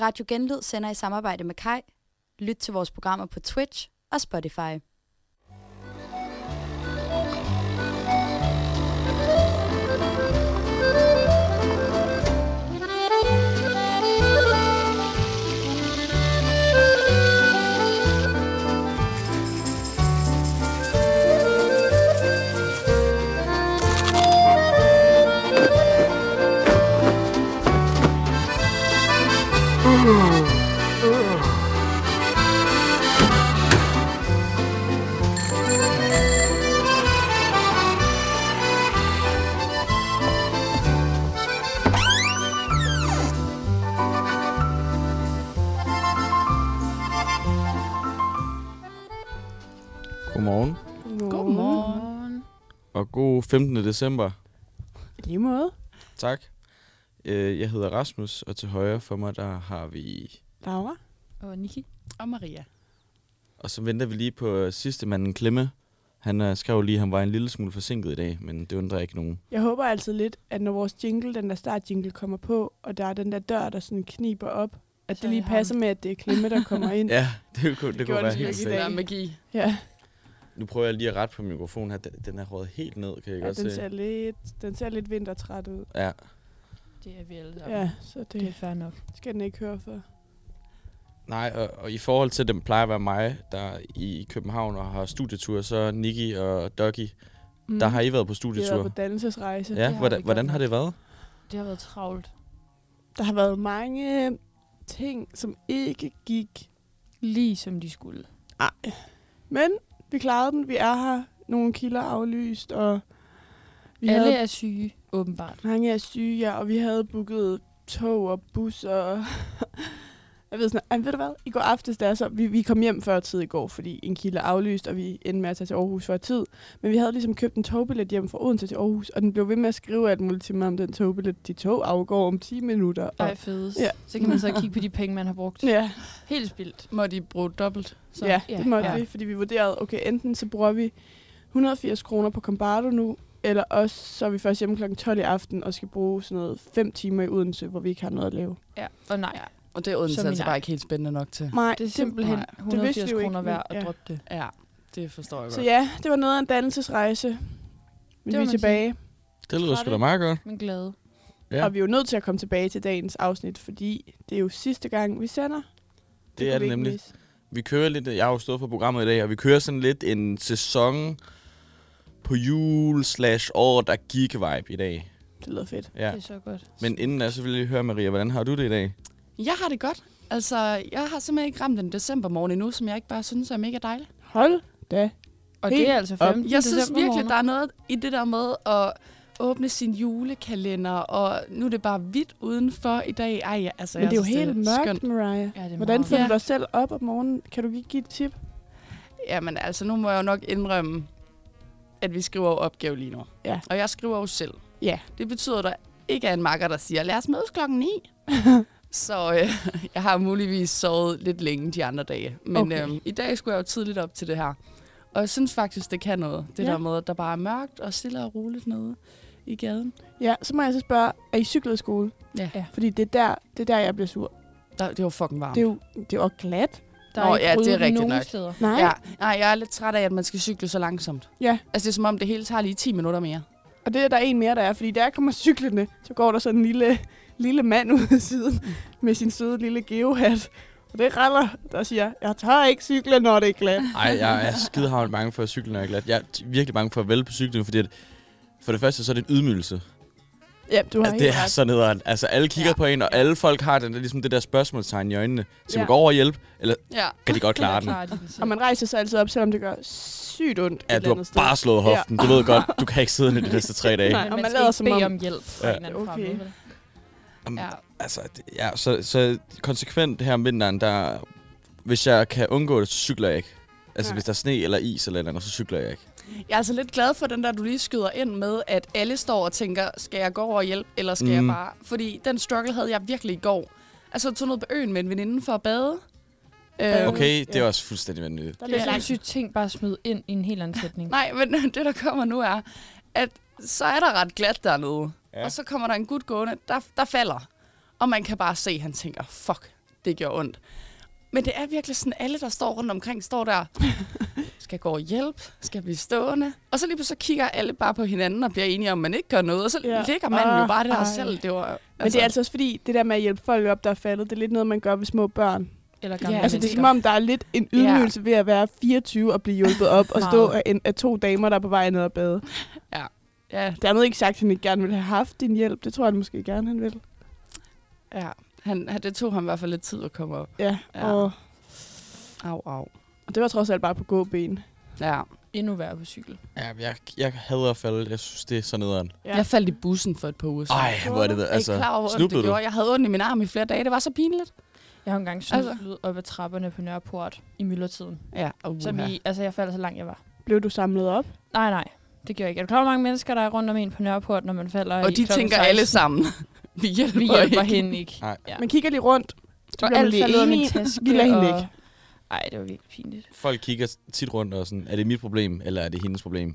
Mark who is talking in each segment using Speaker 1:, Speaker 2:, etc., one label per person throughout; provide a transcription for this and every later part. Speaker 1: Radio Genlyd sender i samarbejde med Kai. Lyt til vores programmer på Twitch og Spotify.
Speaker 2: Godmorgen
Speaker 3: Godmorgen.
Speaker 2: og god 15. december.
Speaker 3: I lige måde.
Speaker 2: Tak. Øh, Jeg hedder Rasmus, og til højre for mig, der har vi...
Speaker 3: Laura.
Speaker 4: Og Niki. Og Maria.
Speaker 2: Og så venter vi lige på øh, sidste manden, Klemme. Han øh, skrev lige, at han var en lille smule forsinket i dag, men det undrer ikke nogen.
Speaker 3: Jeg håber altid lidt, at når vores jingle, den der startjingle, kommer på, og der er den der dør, der sådan kniber op, at
Speaker 4: Så
Speaker 3: det
Speaker 4: er
Speaker 3: lige
Speaker 4: det ham.
Speaker 3: passer med, at det er Klemme, der kommer ind.
Speaker 2: Ja, det kunne, det kunne
Speaker 3: gjorde
Speaker 2: være
Speaker 3: den
Speaker 2: helt
Speaker 3: slet ikke i
Speaker 2: sikkert.
Speaker 3: dag.
Speaker 4: magi.
Speaker 3: ja.
Speaker 2: Nu prøver jeg lige at rette på mikrofonen her. Den, den er røget helt ned, kan jeg
Speaker 3: ja
Speaker 2: godt
Speaker 3: den,
Speaker 2: se.
Speaker 3: ser lidt, den ser lidt vintertræt ud.
Speaker 2: Ja,
Speaker 4: Det er vi alle sammen.
Speaker 3: Ja, så
Speaker 4: Det er
Speaker 3: det
Speaker 4: fair nok.
Speaker 3: skal den ikke høre for.
Speaker 2: nej, og, og, i forhold til, dem plejer at være mig, der i København og har studietur, så Niki og Doggy,
Speaker 3: Mm.
Speaker 2: der har I været på
Speaker 3: Vi har
Speaker 2: studietur.
Speaker 3: været på dannelsesrejse.
Speaker 2: ja,
Speaker 4: Det har
Speaker 2: hvordan,
Speaker 4: vi
Speaker 2: hvordan
Speaker 4: godt
Speaker 2: har det været?
Speaker 4: Det har været travlt.
Speaker 3: Der har været mange ting, som ikke gik.
Speaker 4: Lige som de skulle.
Speaker 3: Men vi klarede den. Vi er her. Nogle kilder aflyst, og vi
Speaker 4: Vi alle
Speaker 3: havde
Speaker 4: er syge, åbenbart.
Speaker 3: Mange er syge, ja, og vi havde booket tog og bus og... jeg ved sådan, Ej, ved du hvad, i går aftes, der så, vi, vi kom hjem før tid i går, fordi en kilde er aflyst, og vi endte med at tage til Aarhus før tid. Men vi havde ligesom købt en togbillet hjem fra Odense til Aarhus, og den blev ved med at skrive alt muligt til mig om den togbillet. De tog afgår om 10 minutter. Og,
Speaker 4: Ej, fedes.
Speaker 3: Ja.
Speaker 4: Ja. Så kan man så kigge på de penge, man har brugt.
Speaker 3: ja,
Speaker 4: Helt spildt.
Speaker 5: Må de bruge dobbelt?
Speaker 3: så, ja,
Speaker 4: ja,
Speaker 3: det måtte
Speaker 4: ja.
Speaker 3: vi, fordi vi vurderede, okay, enten så bruger vi 180 kroner på Combardo nu, eller også så er vi først hjemme kl. 12 i aften og skal bruge sådan noget 5 timer i Odense, hvor vi ikke har noget at lave.
Speaker 4: Ja, og nej.
Speaker 5: Ja. Og det er Odense
Speaker 4: Som i
Speaker 5: altså
Speaker 4: nej.
Speaker 5: bare ikke helt spændende nok til.
Speaker 3: Nej,
Speaker 4: Det er simpelthen
Speaker 5: Nej, det
Speaker 4: 180
Speaker 3: vidste vi jo
Speaker 4: kroner
Speaker 3: ikke,
Speaker 4: værd
Speaker 3: men-
Speaker 4: at
Speaker 3: ja.
Speaker 4: droppe det.
Speaker 5: Ja, det forstår jeg
Speaker 3: Så
Speaker 5: godt.
Speaker 3: ja, det var noget af en dannelsesrejse. Men
Speaker 4: Det
Speaker 3: det
Speaker 4: må
Speaker 3: vi er
Speaker 4: man
Speaker 3: tilbage,
Speaker 2: Det lyder sgu
Speaker 4: Trætte.
Speaker 2: da meget godt.
Speaker 4: Men glade.
Speaker 3: ja.
Speaker 2: Ja.
Speaker 3: og vi er jo nødt til at komme tilbage til dagens afsnit, fordi det er jo sidste gang, vi sender.
Speaker 2: Det
Speaker 3: kunne
Speaker 2: er
Speaker 3: vi
Speaker 2: det
Speaker 3: ikke
Speaker 2: nemlig.
Speaker 3: misse.
Speaker 2: vi kører lidt, jeg har jo stået for programmet i dag, og vi kører sådan lidt en sæson på jul slash år, der gik vibe i dag.
Speaker 3: Det lyder fedt.
Speaker 2: Ja.
Speaker 4: Det er så godt.
Speaker 2: Men inden da, så vil jeg lige høre, Maria, hvordan har du det i dag?
Speaker 5: Jeg har det godt. Altså, jeg har simpelthen ikke ramt en decembermorgen endnu, som jeg ikke bare synes er mega dejlig.
Speaker 3: Hold da.
Speaker 4: Og
Speaker 3: Helt
Speaker 4: det er altså
Speaker 3: op.
Speaker 4: 15.
Speaker 5: Jeg synes
Speaker 4: december
Speaker 5: virkelig,
Speaker 4: morgen.
Speaker 5: der er noget i det der med at åbne sin julekalender, og nu er det bare hvidt udenfor i dag. Ej, ja, altså,
Speaker 3: Men
Speaker 5: jeg
Speaker 3: det er jo
Speaker 5: synes,
Speaker 3: helt mørkt,
Speaker 5: skønt.
Speaker 3: Mariah.
Speaker 4: Ja, det er
Speaker 3: Hvordan
Speaker 4: meget
Speaker 3: finder du
Speaker 5: Ja.
Speaker 3: dig selv op om morgenen? Kan du ikke give et tip?
Speaker 5: Jamen altså, nu må jeg jo nok indrømme, at vi skriver jo opgave lige nu.
Speaker 3: Ja.
Speaker 5: Og jeg skriver jo selv.
Speaker 3: Ja.
Speaker 5: Det betyder, at der ikke er en makker, der siger, lad os mødes klokken 9. så øh, jeg har muligvis sovet lidt længe de andre dage. Men
Speaker 3: Okay.
Speaker 5: øhm, i dag skulle jeg jo tidligt op til det her. Og jeg synes faktisk, det kan noget. Det
Speaker 3: Ja.
Speaker 5: der med, at der bare er mørkt og stille og roligt nede i gaden.
Speaker 3: Ja, så må jeg så spørge, er I cyklet i skole?
Speaker 5: Ja.
Speaker 4: Ja.
Speaker 3: Fordi det er der, det er der jeg bliver sur.
Speaker 5: Der, det var fucking varmt.
Speaker 3: Det er jo, det er jo også glat.
Speaker 4: Der
Speaker 5: Nå,
Speaker 4: er ikke
Speaker 5: ja, det er
Speaker 4: ryddet
Speaker 5: rigtigt
Speaker 4: nogen
Speaker 5: nok.
Speaker 4: steder.
Speaker 3: Nej.
Speaker 5: Ja, nej, jeg er lidt træt af, at man skal cykle så langsomt.
Speaker 3: Ja.
Speaker 5: Altså, det er som om, det hele tager lige 10 minutter mere.
Speaker 3: Og det er der en mere, der er, fordi da jeg kommer cyklende, så går der sådan en lille, lille mand ud af siden med sin søde lille geohat. Og det reller, der siger, jeg tør ikke cykle, når det er glat.
Speaker 2: Ej, jeg er skidehavn bange for at cykle, når jeg er glad. Jeg er t- virkelig bange for at vælge på cyklen, fordi at, for det første, så er det en ydmygelse.
Speaker 3: Ja, du har
Speaker 2: Altså, det
Speaker 3: helt
Speaker 2: er
Speaker 3: ret.
Speaker 2: så nederen. Altså, alle kigger
Speaker 5: Ja.
Speaker 2: ja. på en, og alle folk har den, der, ligesom det der spørgsmålstegn i øjnene. Skal
Speaker 3: Ja.
Speaker 2: man gå over og hjælpe?
Speaker 5: Ja.
Speaker 2: Kan de godt klare den?
Speaker 4: Klarer de den selv.
Speaker 3: Og man rejser sig altid op, selvom det gør sygt ondt
Speaker 2: Ja,
Speaker 3: et
Speaker 2: du
Speaker 3: eller
Speaker 2: har
Speaker 3: andet sted.
Speaker 2: bare slået hoften. Du ved godt, du kan ikke sidde ned de næste tre dage.
Speaker 3: Nej,
Speaker 4: Men
Speaker 3: og
Speaker 4: man
Speaker 3: man
Speaker 4: skal
Speaker 3: lader
Speaker 4: ikke
Speaker 3: som
Speaker 4: bede
Speaker 3: om-
Speaker 4: om hjælp fra
Speaker 2: Ja.
Speaker 4: en eller anden
Speaker 3: Okay.
Speaker 4: fremmed, vel?
Speaker 2: Jamen,
Speaker 5: Ja.
Speaker 2: Altså, det, ja, så, så konsekvent her om vinteren, der, hvis jeg kan undgå det, så cykler jeg ikke. Altså,
Speaker 3: Nej.
Speaker 2: Nej. hvis der er sne eller is eller et eller andet, så cykler jeg ikke.
Speaker 5: Jeg er altså lidt glad for den der, du lige skyder ind med, at alle står og tænker, skal jeg gå over og hjælpe, eller skal mm. jeg
Speaker 2: Mm.
Speaker 5: bare... Fordi den struggle havde jeg virkelig i går. Altså, jeg tog ned på øen med en veninde for at bade. Øh,
Speaker 2: Okay, det
Speaker 3: ja.
Speaker 2: er også fuldstændig vanvittigt.
Speaker 3: Der
Speaker 4: Det
Speaker 3: bliver
Speaker 4: er
Speaker 5: Ja.
Speaker 4: sådan en
Speaker 3: langt.
Speaker 4: syg ting bare at smide ind i en helt anden sætning.
Speaker 5: nej, men det, der kommer nu er, at så er der ret glat dernede. Ja.
Speaker 2: Ja.
Speaker 5: Og så kommer der en gut gående, der, der falder. Og man kan bare se, at han tænker, fuck, det gjorde ondt. Men det er virkelig sådan, alle, der står rundt omkring, står der, skal gå og hjælpe, skal blive stående. Og så lige pludselig så kigger alle bare på hinanden og bliver enige om, at man ikke gør noget. Og så
Speaker 3: Ja.
Speaker 5: ja. ligger manden jo
Speaker 3: Ah,
Speaker 5: bare der
Speaker 3: ej.
Speaker 5: selv. Det var, altså,
Speaker 3: Men det er altså også fordi, det der med at hjælpe folk op, der er faldet, det er lidt noget, man gør ved små børn.
Speaker 4: Eller
Speaker 5: Ja,
Speaker 4: gamle
Speaker 3: altså, det er
Speaker 4: mennesker.
Speaker 3: som om, der er lidt en ydmygelse ved at være 24 og blive hjulpet op og stå
Speaker 4: Meget.
Speaker 3: af, en, af to damer, der er på vej ned og bade.
Speaker 5: ja,
Speaker 3: Dermed ikke sagt, at han ikke gerne ville have haft din hjælp. Det tror jeg måske gerne, han vil.
Speaker 5: ja. Han, han, det tog ham i hvert fald lidt tid at komme op.
Speaker 3: Ja,
Speaker 5: Ja.
Speaker 3: ja. Og,
Speaker 5: Au, au.
Speaker 3: og det var trods alt bare på gåben.
Speaker 5: Ja.
Speaker 4: Endnu værre på cykel.
Speaker 2: Ja, jeg, jeg hader at falde. Jeg synes, det er så nederen.
Speaker 3: Ja.
Speaker 5: Ja. Jeg faldt i bussen for et par uger siden.
Speaker 2: Ej, hvor er det der.
Speaker 5: Altså, er I
Speaker 2: Altså,
Speaker 5: klar over, hvor ondt det
Speaker 2: snublede du?
Speaker 5: gjorde? Jeg havde ondt i min arm i flere dage. Det var så pinligt.
Speaker 4: Jeg har engang
Speaker 5: Altså.
Speaker 4: snublet altså. op ad trapperne på Nørreport i myldretiden.
Speaker 5: Ja, uh,
Speaker 4: Som i, altså, jeg faldt så langt, jeg var.
Speaker 3: Blev du samlet op?
Speaker 4: Nej, nej. Det gjorde jeg ikke. Er du klar, hvor mange mennesker, der er rundt om en på Nørreport, når man falder i
Speaker 5: Og de
Speaker 4: klokken
Speaker 5: tænker alle
Speaker 4: 16?
Speaker 5: sammen. Vi hjælper,
Speaker 4: Vi hjælper
Speaker 5: ikke.
Speaker 4: hende ikke.
Speaker 2: Nej.
Speaker 4: Ja.
Speaker 3: Man kigger lige rundt. Så
Speaker 4: Og
Speaker 3: bliver man
Speaker 4: alt
Speaker 3: lige
Speaker 4: faldt ud af min
Speaker 3: enige.
Speaker 4: taske.
Speaker 3: Vi lader hende
Speaker 4: og-
Speaker 3: ligge.
Speaker 4: Ej, det var virkelig pinligt.
Speaker 2: Folk kigger tit rundt og sådan, er det mit problem, eller er det hendes problem?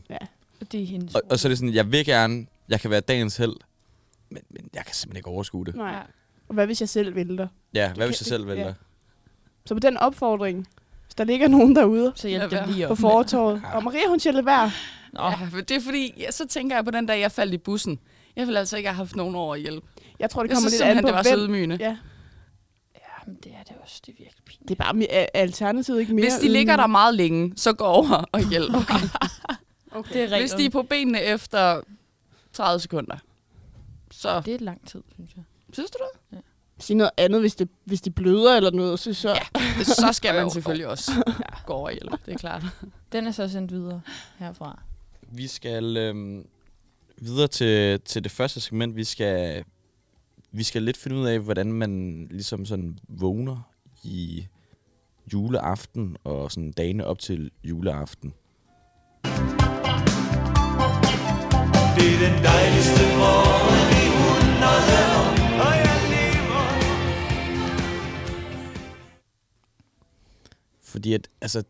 Speaker 4: Og det er hendes
Speaker 2: Og,
Speaker 4: ord.
Speaker 2: og så er det sådan, jeg vil gerne, jeg kan være dagens held, men, men jeg kan simpelthen ikke overskue det.
Speaker 3: Nej. Og hvad hvis jeg selv vælter?
Speaker 2: Ja, hvad hvis
Speaker 3: kan-
Speaker 2: jeg selv
Speaker 3: det-
Speaker 2: vælger?
Speaker 3: Så på den opfordring, hvis der ligger nogen derude
Speaker 4: Så hjælp
Speaker 5: Lad
Speaker 4: dem lige op.
Speaker 3: på fortorvet, og Maria hun sjældent vær,
Speaker 4: Nå,
Speaker 5: Ja, men det er fordi, ja, så tænker jeg på den dag, jeg faldt i bussen. Jeg ville altså ikke have haft nogen over at hjælpe.
Speaker 3: jeg tror, det
Speaker 5: Jeg
Speaker 3: kommer
Speaker 5: synes
Speaker 3: lidt an
Speaker 5: simpelthen,
Speaker 3: på,
Speaker 5: det var så
Speaker 3: hvem.
Speaker 5: ydmygende.
Speaker 3: Ja.
Speaker 4: ja, men det er det også. Det er virkelig pinligt.
Speaker 3: Det er bare mi- a- alternativet ikke mere.
Speaker 5: Hvis de ligger der
Speaker 3: ydmyg.
Speaker 5: meget længe, så gå over og hjælp. Okay.
Speaker 4: Det er
Speaker 5: Hvis de er på benene efter 30 sekunder, så...
Speaker 4: det er lang tid, synes jeg.
Speaker 5: Synes du det?
Speaker 3: Sig noget andet, hvis det, hvis det bløder eller noget. Så, så. Ja.
Speaker 5: Så skal man selvfølgelig også gå over og hjælpe, det er klart.
Speaker 4: Den er så sendt videre herfra.
Speaker 2: Vi skal øhm, videre til, til det første segment. Vi skal, vi skal lidt finde ud af, hvordan man ligesom sådan vågner i juleaften og sådan dagene op til juleaften.
Speaker 6: Det er den dejligste morgen i hundrede år, og jeg lever.
Speaker 2: Fordi at, altså,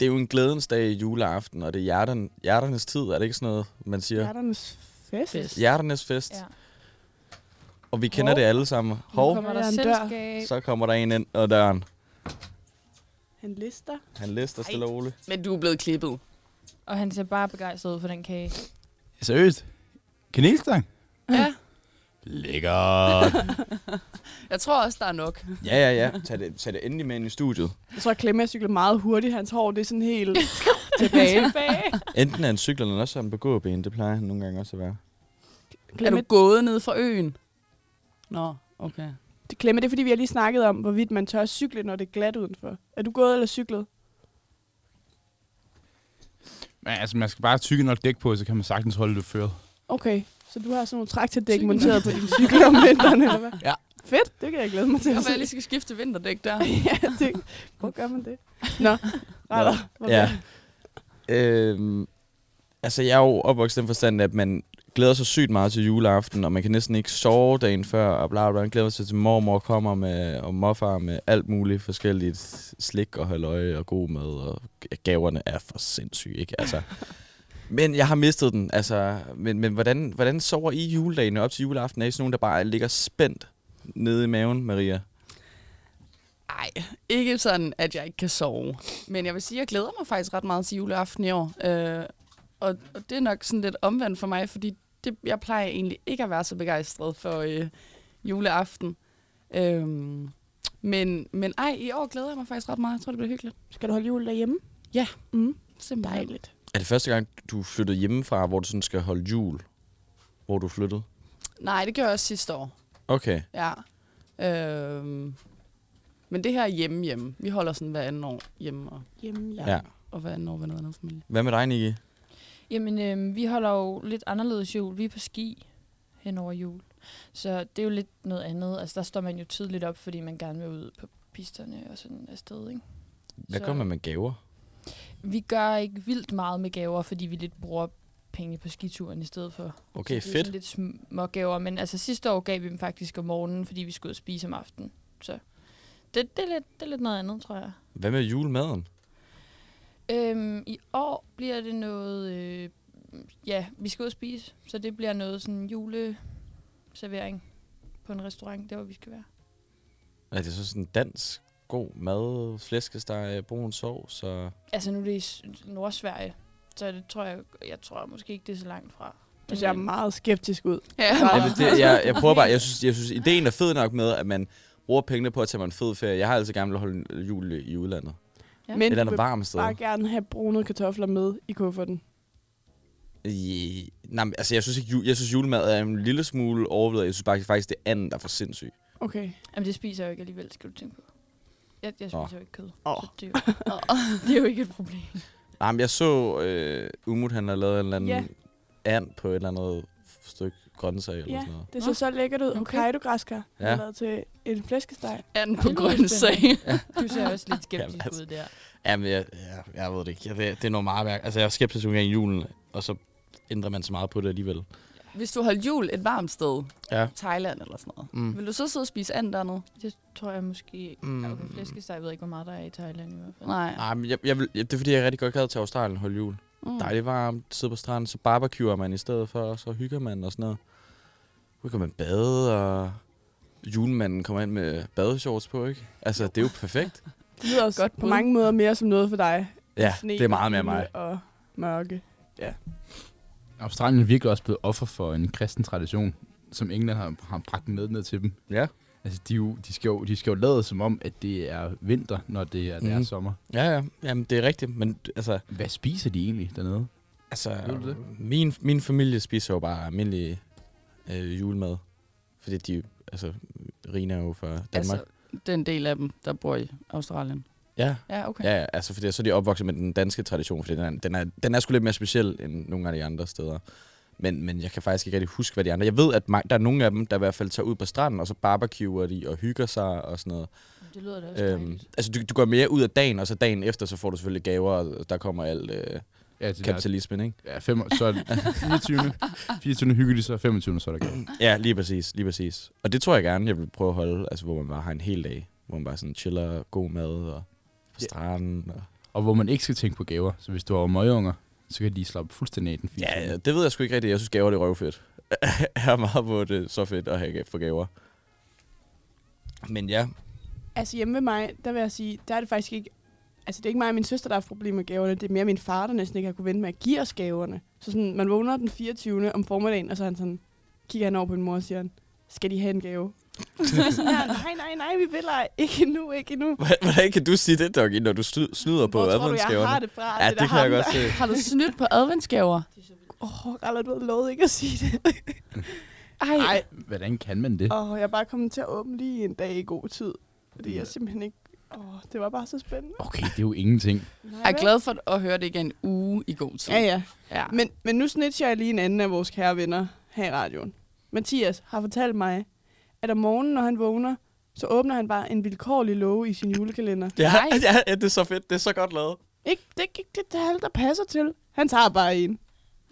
Speaker 2: det er jo en glædens dag i juleaften, og det er hjerterne, hjerternes tid, er det ikke sådan noget, man siger?
Speaker 3: Hjerternes fest.
Speaker 4: Fest.
Speaker 2: Hjerternes fest.
Speaker 4: Ja.
Speaker 2: Og vi kender
Speaker 3: Hov.
Speaker 2: det alle sammen. Hov,
Speaker 4: Nu kommer
Speaker 3: Der
Speaker 4: der
Speaker 3: er en dør.
Speaker 4: selskab.
Speaker 2: så kommer der en ind ad døren.
Speaker 3: Han lister.
Speaker 2: Han lister stille og roligt.
Speaker 5: Men du er blevet klippet.
Speaker 4: Og han ser bare begejstret ud for den kage.
Speaker 7: Seriøst? Kanelstang?
Speaker 5: Ja.
Speaker 7: Lækkert.
Speaker 5: Jeg tror også, der er nok.
Speaker 2: Ja, ja, ja. Tag det, tag det endelig med ind i studiet.
Speaker 3: Jeg tror, at Clem er cyklet meget hurtigt. Hans hår, det er sådan helt...
Speaker 5: Tilbage.
Speaker 4: Tilbage.
Speaker 2: Enten er han cykler, eller også er han på gåben. Det plejer han nogle gange også at være.
Speaker 5: Er du gået ned fra øen? Nå, okay.
Speaker 3: Det Clem, er det fordi, vi har lige snakket om, hvorvidt man tør cykle, når det er glat udenfor. Er du gået eller cyklet?
Speaker 7: Men altså, man skal bare tykke nok dæk på, så kan man sagtens holde det ført.
Speaker 3: Okay, så du har sådan nogle traktordæk
Speaker 5: Cykel.
Speaker 3: monteret på din cykel om vinteren, eller hvad?
Speaker 5: Ja.
Speaker 3: Fedt, det kan jeg glæde mig til
Speaker 5: Det
Speaker 3: at
Speaker 5: kan være, jeg lige
Speaker 3: se.
Speaker 5: skal skifte vinterdæk der.
Speaker 3: ja, det, hvor gør man det? Nå, retter. Hvor
Speaker 2: Ja. Øhm, altså, jeg er jo opvokset i den forstand, at man glæder sig sygt meget til juleaften, og man kan næsten ikke sove dagen før, og bla bla, bla. Man glæder sig til, at mormor kommer med, og morfar med alt muligt forskelligt slik og halvøje og god mad, og gaverne er for sindssyge, ikke? Altså, men jeg har mistet den, altså. Men, men hvordan, hvordan sover I juledagene op til juleaften? Er I sådan nogen, der bare ligger spændt nede i maven, Maria?
Speaker 5: Nej, ikke sådan, at jeg ikke kan sove. Men jeg vil sige, at jeg glæder mig faktisk ret meget til juleaften i år. Øh, og, og det er nok sådan lidt omvendt for mig, fordi det, jeg plejer egentlig ikke at være så begejstret for øh, juleaften. Øh, men, men ej, i år glæder jeg mig faktisk ret meget. Jeg tror, det bliver hyggeligt.
Speaker 3: Skal du holde jul derhjemme?
Speaker 5: Ja.
Speaker 3: Mm.
Speaker 5: Simpelthen.
Speaker 3: Dejligt.
Speaker 2: Er det første gang, du flyttede hjemmefra, hvor du sådan skal holde jul? Hvor du flyttede?
Speaker 5: Nej, det gjorde jeg også sidste år.
Speaker 2: Okay.
Speaker 5: Ja. Øhm, men det her er hjemme hjemme. Vi holder sådan hver anden år hjemme, og,
Speaker 3: Hjemme, ja.
Speaker 2: Ja. ja.
Speaker 5: og hver anden år ved noget andet familie.
Speaker 2: Hvad med dig, Nicky?
Speaker 4: Jamen, øhm, vi holder jo lidt anderledes jul. Vi er på ski hen over jul. Så det er jo lidt noget andet. Altså, der står man jo tidligt op, fordi man gerne vil ud på pisterne og sådan afsted, ikke?
Speaker 2: Hvad
Speaker 4: Så-
Speaker 2: gør man med gaver?
Speaker 4: Vi gør ikke vildt meget med gaver, fordi vi lidt bruger penge på skituren i stedet for.
Speaker 2: Okay,
Speaker 4: så det er
Speaker 2: fedt.
Speaker 4: sådan lidt små gaver, men altså sidste år gav vi dem faktisk om morgenen, fordi vi skulle ud og spise om aftenen. Så det, det, er, lidt, det er lidt noget andet, tror jeg.
Speaker 2: Hvad med julemaden?
Speaker 4: Øhm, I år bliver det noget... Øh, ja, vi skal ud og spise, så det bliver noget sådan juleservering på en restaurant, der hvor vi skal være.
Speaker 2: Er det så sådan dansk god mad, flæskesteg, brun sovs og...
Speaker 4: Altså nu er det i S- Nordsverige, så det tror jeg, jeg tror måske ikke, det er så langt fra.
Speaker 3: Det ser meget skeptisk ud.
Speaker 5: Ja,
Speaker 2: Jamen, det, jeg, jeg prøver bare, jeg synes, jeg synes, ideen er fed nok med, at man bruger pengene på at tage mig en fed ferie. Jeg har altid gerne vil holde jul i i udlandet.
Speaker 4: Ja.
Speaker 2: Et
Speaker 3: Men
Speaker 2: eller
Speaker 3: du
Speaker 2: andet
Speaker 3: vil
Speaker 2: varmt sted.
Speaker 3: bare gerne have brune kartofler med i kufferten.
Speaker 2: I, nej, men, altså, jeg synes, ikke, jul, jeg synes julemad er en lille smule overvurderet. Jeg synes bare, faktisk, det er andet, der er for sindssygt.
Speaker 3: Okay.
Speaker 4: Jamen det spiser jeg jo ikke alligevel, skal du tænke på. Jeg, jeg
Speaker 2: Nå.
Speaker 4: spiser jo ikke kød,
Speaker 3: Åh.
Speaker 4: så det er, jo, det er jo ikke et problem.
Speaker 2: Nej, men jeg så øh, Umut, han har lavet en eller anden
Speaker 3: Ja.
Speaker 2: and på et eller andet stykke grøntsag eller
Speaker 3: Ja,
Speaker 2: sådan noget.
Speaker 3: det
Speaker 4: Nå,
Speaker 3: ser så lækkert ud.
Speaker 4: okay.
Speaker 3: Hokkaido-græskar.
Speaker 2: Ja.
Speaker 3: Ja. lavet til en flæskesteg.
Speaker 5: anden
Speaker 4: Det
Speaker 5: på
Speaker 4: lyder
Speaker 5: grønne sag.
Speaker 4: spændende. Du ser også lidt skeptisk
Speaker 2: Jamen, altså.
Speaker 4: ud der.
Speaker 2: Jamen, jeg, jeg, jeg ved det ikke. Jeg, det, det er noget meget værk. Altså, jeg er skeptisk omkring julen, og så ændrer man så meget på det alligevel.
Speaker 5: Hvis du holdt jul et varmt sted,
Speaker 2: Ja.
Speaker 5: Thailand eller sådan noget,
Speaker 2: Mm.
Speaker 5: vil du så sidde og spise andet dernede?
Speaker 4: Det tror jeg måske ikke.
Speaker 2: Mm.
Speaker 4: Mm. Okay, flæskesteg, jeg ved ikke, hvor meget der er i Thailand i hvert fald.
Speaker 5: Nej.
Speaker 2: Nej, men jeg, jeg vil, det er fordi, jeg rigtig godt gad til Australien holde jul. Mm.
Speaker 5: Mm.
Speaker 2: Dejligt varmt, sidde på stranden, så barbecuer man i stedet for, og så hygger man og sådan noget. Så kan man bade, og julemanden kommer ind med badeshorts på, ikke? Altså, det er jo perfekt.
Speaker 3: Det lyder også
Speaker 5: Godt
Speaker 3: Godt på
Speaker 5: bud.
Speaker 3: mange måder mere som noget for dig.
Speaker 2: ja,
Speaker 3: Sne
Speaker 2: det er meget
Speaker 3: og
Speaker 2: mere
Speaker 3: kulde
Speaker 2: mig.
Speaker 3: Og mørke.
Speaker 7: Australien er virkelig også blevet offer for en kristen tradition, som England har, har bragt med ned til dem.
Speaker 2: Ja,
Speaker 7: Altså, de, er jo, de, skal jo, de skal jo lade som om, at det er vinter, når det er deres
Speaker 2: Mhm.
Speaker 7: sommer.
Speaker 2: ja, ja. Jamen, det er rigtigt, men altså...
Speaker 7: Hvad spiser de egentlig dernede?
Speaker 2: Altså,
Speaker 7: Ved du det?
Speaker 2: min, min familie spiser jo bare almindelig øh, julemad. Fordi de, altså, Rina er jo fra Danmark. Altså,
Speaker 5: Altså, den del af dem, der bor i Australien.
Speaker 2: ja,
Speaker 5: Ja, okay.
Speaker 2: ja, ja, altså, fordi så er de opvokset med den danske tradition, fordi den er, den er, den er sgu lidt mere speciel end nogle af de andre steder. Men, men jeg kan faktisk ikke rigtig huske, hvad de andre... Jeg ved, at ma- der er nogle af dem, der i hvert fald tager ud på stranden, og så barbecuer de og hygger sig og sådan noget.
Speaker 4: Det lyder da også
Speaker 2: Øhm,
Speaker 4: øhm.
Speaker 2: altså, du, du går mere ud af dagen, og så dagen efter, så får du selvfølgelig gaver, og der kommer alt øh,
Speaker 7: Ja, det Altså, der,
Speaker 2: kapitalismen, ikke?
Speaker 7: ja fem, så er det 24. 24. hyggeligt, så er 25. så er der godt.
Speaker 2: Ja, lige præcis, lige præcis. Og det tror jeg gerne, jeg vil prøve at holde, altså hvor man bare har en hel dag, hvor man bare sådan chiller, god mad og på stranden. Og...
Speaker 7: Og hvor man ikke skal tænke på gaver. Så hvis du har møgeunger, så kan de slappe fuldstændig af den fine
Speaker 2: Ja,
Speaker 7: sommer.
Speaker 2: ja, det ved jeg sgu ikke rigtigt. Jeg synes gaver det er røvfedt. jeg er meget på at det er så fedt at have ga- for gaver. Men ja,
Speaker 3: Altså hjemme ved mig, der vil jeg sige, der er det faktisk ikke... Altså det er ikke mig og min søster, der har haft problemer med gaverne. Det er mere min far, der næsten ikke har kunne vente med at give os gaverne. Så sådan, man vågner den 24. om formiddagen, og så er han sådan, kigger han over på min mor og siger, han, skal de have en gave? så er jeg sådan her, nej, nej, nej, vi vil ej. Ikke endnu, ikke endnu.
Speaker 2: hvordan- hvordan kan du sige det, Doggy, når du sny- snyder på
Speaker 3: Hvor tror du, jeg har
Speaker 2: adventsgaverne?
Speaker 3: det fra? da
Speaker 2: Ja, det kan jeg
Speaker 3: ham,
Speaker 2: godt
Speaker 3: der-
Speaker 2: se.
Speaker 5: Har du snydt på adventsgaver?
Speaker 3: Åh, oh, Raller, du havde lovet ikke at sige det. Ej,
Speaker 7: Ej, hvordan kan man det?
Speaker 3: Åh, oh, jeg er bare kommet til at åbne lige en dag i god tid. Fordi jeg simpelthen ikke... Åh, oh, det var bare så spændende.
Speaker 7: Okay, det er jo ingenting.
Speaker 5: Jeg er glad for at høre det igen en uge i god tid.
Speaker 3: Ja, ja.
Speaker 5: ja.
Speaker 3: Men, men nu snitcher jeg lige en anden af vores kære venner her i radioen. Mathias har fortalt mig, at om morgenen, når han vågner, så åbner han bare en vilkårlig låge i sin julekalender.
Speaker 2: Ja,
Speaker 5: Nej.
Speaker 2: ja, ja, det er så fedt. Det er så godt lavet.
Speaker 3: Ikke, det er ikke det, det er alt, der passer til. Han tager bare en.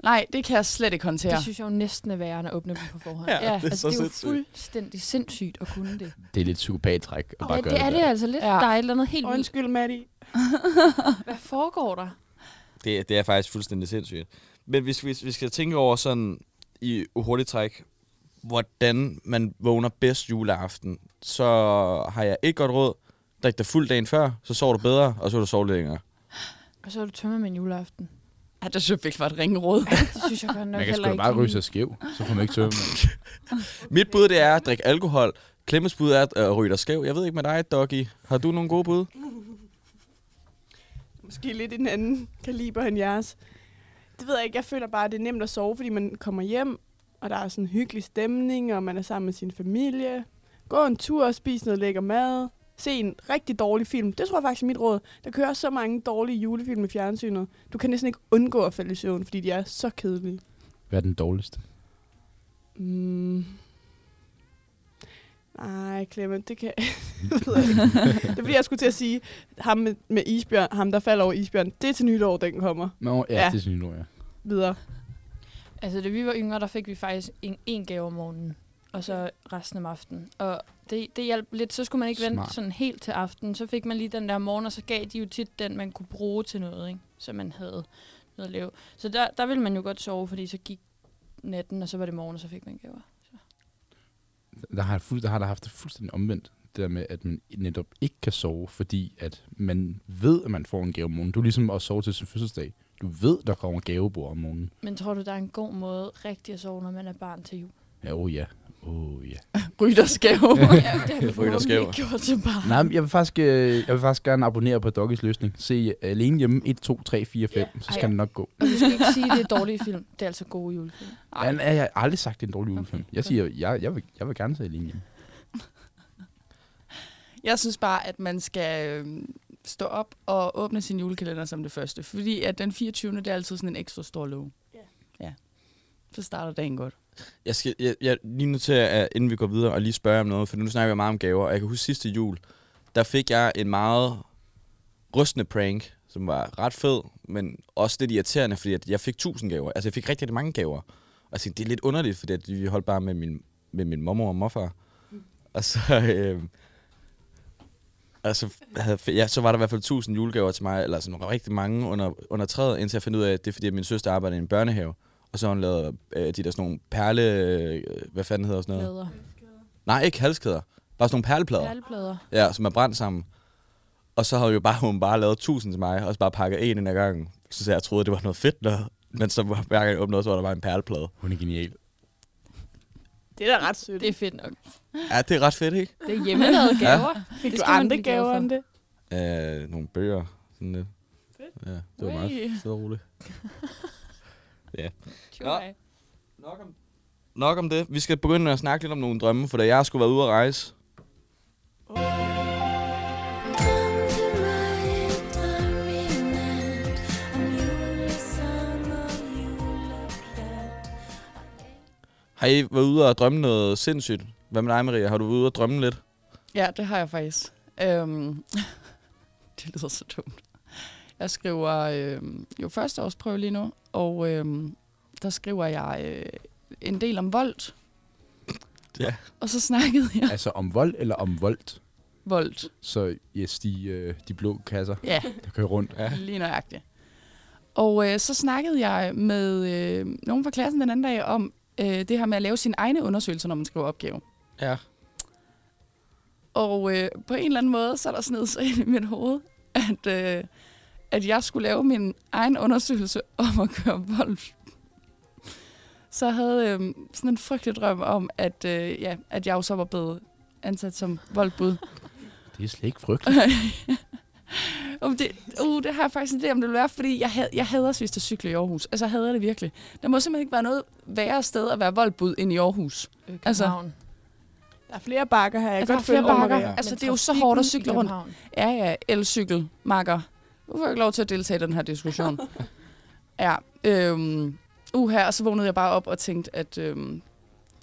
Speaker 5: Nej, det kan jeg slet ikke håndtere.
Speaker 4: Det synes jeg jo næsten er værre end at åbne dem på forhånd.
Speaker 2: Ja, det er
Speaker 4: altså,
Speaker 2: så
Speaker 4: det er jo
Speaker 2: sindssygt.
Speaker 4: fuldstændig sindssygt at kunne det.
Speaker 7: Det er lidt psykopattræk at bare
Speaker 4: Ja,
Speaker 7: gøre
Speaker 4: det er det
Speaker 7: der.
Speaker 4: altså lidt.
Speaker 5: Ja.
Speaker 4: Ja. Der er et eller andet helt vildt.
Speaker 3: Undskyld, Maddie.
Speaker 4: Hvad foregår der?
Speaker 2: Det, det er faktisk fuldstændig sindssygt. Men hvis, hvis vi skal tænke over sådan i hurtigt træk, hvordan man vågner bedst juleaften, så har jeg et godt råd. Drik dig fuld dagen før, så sover du bedre, og så vil du sove længere.
Speaker 4: Og så er du tømmer med en juleaften.
Speaker 5: Ja, det synes jeg ikke var et ringeråd.
Speaker 4: Det synes jeg godt nok
Speaker 7: Man kan sgu
Speaker 4: heller
Speaker 7: da
Speaker 4: ikke.
Speaker 7: bare ryge
Speaker 4: lige.
Speaker 7: sig skæv, så får man ikke tømme.
Speaker 2: Mit bud det er at drikke alkohol. Klemmes bud er at øh, ryge dig skæv. Jeg ved ikke med dig, Doggy. Har du nogle gode bud?
Speaker 3: Måske lidt en anden kaliber end jeres. Det ved jeg ikke. Jeg føler bare, at det er nemt at sove, fordi man kommer hjem, og der er sådan en hyggelig stemning, og man er sammen med sin familie. Gå en tur og spis noget lækker mad. Se en rigtig dårlig film. Det tror jeg faktisk er mit råd. Der kører så mange dårlige julefilm i fjernsynet. Du kan næsten ikke undgå at falde i søvn, fordi de er så kedelige.
Speaker 7: Hvad er den dårligste?
Speaker 3: Mm. Nej, Clement, det kan det ved jeg ikke. Det er fordi, jeg skulle til at sige, ham med, med isbjørn, ham der falder over isbjørn, det er til nytår, den kommer
Speaker 7: Nå, ja,
Speaker 3: Ja.
Speaker 7: ja. det synes jeg, nu, ja.
Speaker 3: videre.
Speaker 4: Altså, da vi var yngre, der fik vi faktisk en, en gave om morgenen. Og så resten om aftenen. Og det, det hjalp lidt. Så skulle man ikke Smart.
Speaker 7: Smart.
Speaker 4: vente sådan helt til aftenen. Så fik man lige den der morgen, og så gav de jo tit den, man kunne bruge til noget, ikke? Så man havde noget at lave. Så der, der ville man jo godt sove, fordi så gik natten, og så var det morgen, og så fik man gaver.
Speaker 7: Der har, jeg fuld, der har der haft det fuldstændig omvendt. det der med, at man netop ikke kan sove, fordi at man ved, at man får en gave om morgenen. Du er ligesom at sove til sin fødselsdag. Du ved, der kommer gavebord om morgenen.
Speaker 4: Men tror du, der er en god måde rigtig at sove, når man er barn til jul?
Speaker 7: Ja, oh ja. Oh ja.
Speaker 5: Rytterskæve.
Speaker 4: ja, det har vi
Speaker 2: Rytter
Speaker 4: forhåbentlig
Speaker 2: skæver.
Speaker 4: ikke gjort til barn.
Speaker 7: Nej, men jeg vil faktisk, øh, jeg vil faktisk gerne abonnere på Doggies løsning. Se øh, alene hjemme 1, 2, 3, 4, 5,
Speaker 4: Ja.
Speaker 7: så
Speaker 4: Ej,
Speaker 7: skal
Speaker 4: ja.
Speaker 7: det nok gå.
Speaker 4: Og du skal ikke sige, at det er dårlige film. Det er altså gode julefilm.
Speaker 5: Ej.
Speaker 7: øh, Jeg, jeg, jeg har aldrig sagt, det er en dårlig julefilm.
Speaker 4: Okay,
Speaker 7: Jeg siger, jeg, jeg, vil, jeg vil gerne se alene hjemme.
Speaker 5: Jeg synes bare, at man skal øh, stå op og åbne sin julekalender som det første. Fordi at den 24. det er altid sådan en ekstra stor låge. Ja. ja. Så starter dagen godt.
Speaker 2: Jeg skal jeg, jeg, lige nu til, at, inden vi går videre, og lige spørge om noget, for nu snakker vi meget om gaver, og jeg kan huske sidste jul, der fik jeg en meget rystende prank, som var ret fed, men også lidt irriterende, fordi at jeg fik tusind gaver. Altså, jeg fik rigtig, rigtig mange gaver. Og jeg tænkte, det er lidt underligt, fordi at vi holdt bare med min, med min mormor og morfar. Og så, øh, og så, havde, ja, så var der i hvert fald tusind julegaver til mig, eller sådan rigtig mange under, under træet, indtil jeg fandt ud af, at det er fordi, at min søster arbejder i en børnehave. Og så har hun lavet øh, de der sådan nogle perle... Øh, hvad fanden hedder sådan noget?
Speaker 4: Plader.
Speaker 2: Nej, ikke halskæder. Bare sådan nogle perleplader.
Speaker 4: Perleplader.
Speaker 2: Ja, som er brændt sammen. Og så havde jo bare, hun bare lavet tusind til mig, og så bare pakket en ind ad gangen. Så jeg troede, det var noget fedt noget. Men så var- hver gang jeg åbnede, så var der bare en perleplade.
Speaker 7: Hun er genial.
Speaker 3: Det er da ret sødt.
Speaker 4: Det er fedt nok.
Speaker 2: Ja, det er ret fedt, ikke?
Speaker 4: Det er hjemmelavede gaver.
Speaker 3: Fik
Speaker 4: det
Speaker 3: du
Speaker 4: skal man
Speaker 3: andre
Speaker 4: blive glad
Speaker 3: gaver
Speaker 4: for.
Speaker 3: end det?
Speaker 2: Øh, nogle bøger. Sådan lidt. Ja, det var meget
Speaker 5: Ui.
Speaker 2: fedt og roligt.
Speaker 4: Ja.
Speaker 2: Nok om, nok om det. Vi skal begynde at snakke lidt om nogle drømme, for da jeg skulle være ude at rejse, har I været ude og drømme noget sindssygt? Hvad med dig, Maria? Har du været ude og drømme lidt?
Speaker 5: Ja, det har jeg faktisk. Øhm, det lyder så dumt. Jeg skriver øhm, jo førsteårsprøve lige nu, og øhm, der skriver jeg øh, en del om vold.
Speaker 2: Ja.
Speaker 5: Og så snakkede jeg
Speaker 7: Altså om vold eller om voldt,
Speaker 5: vold.
Speaker 7: så yes, de, øh, de blå kasser,
Speaker 5: Ja,
Speaker 7: der kører rundt.
Speaker 5: ja. lige nøjagtigt. Og øh, så snakkede jeg med øh, nogen fra klassen den anden dag om øh, det her med at lave sine egne undersøgelser, når man skriver opgave.
Speaker 2: Ja.
Speaker 5: Og øh, på en eller anden måde, så er der snedet sig ind i mit hoved, at, øh, at jeg skulle lave min egen undersøgelse om at køre vold. Så jeg havde øh, sådan en frygtelig drøm om, at, øh, ja, at jeg jo så var blevet ansat som voldbud.
Speaker 7: Det er slet ikke frygt.
Speaker 5: Om det, uh, det har jeg faktisk en idé om, det vil være, fordi jeg, had, jeg hader sidst at cykle i Aarhus. Altså, jeg hader det virkelig. Der må simpelthen ikke være noget værre sted at være voldbud end i Aarhus. Altså,
Speaker 4: København.
Speaker 3: Der er flere bakker her. Jeg
Speaker 5: Altså,
Speaker 3: kan
Speaker 5: der
Speaker 3: godt
Speaker 5: er flere
Speaker 3: følge dig,
Speaker 5: bakker.
Speaker 3: Maria.
Speaker 5: Altså,
Speaker 4: Men
Speaker 5: det er jo så hårdt at
Speaker 4: trafikken i
Speaker 5: cykle rundt.
Speaker 4: København.
Speaker 5: Ja, ja, elcykel, makker. Du får ikke lov til at deltage i den her diskussion. ja, øhm, uha, og så vågnede jeg bare op og tænkte, at øhm,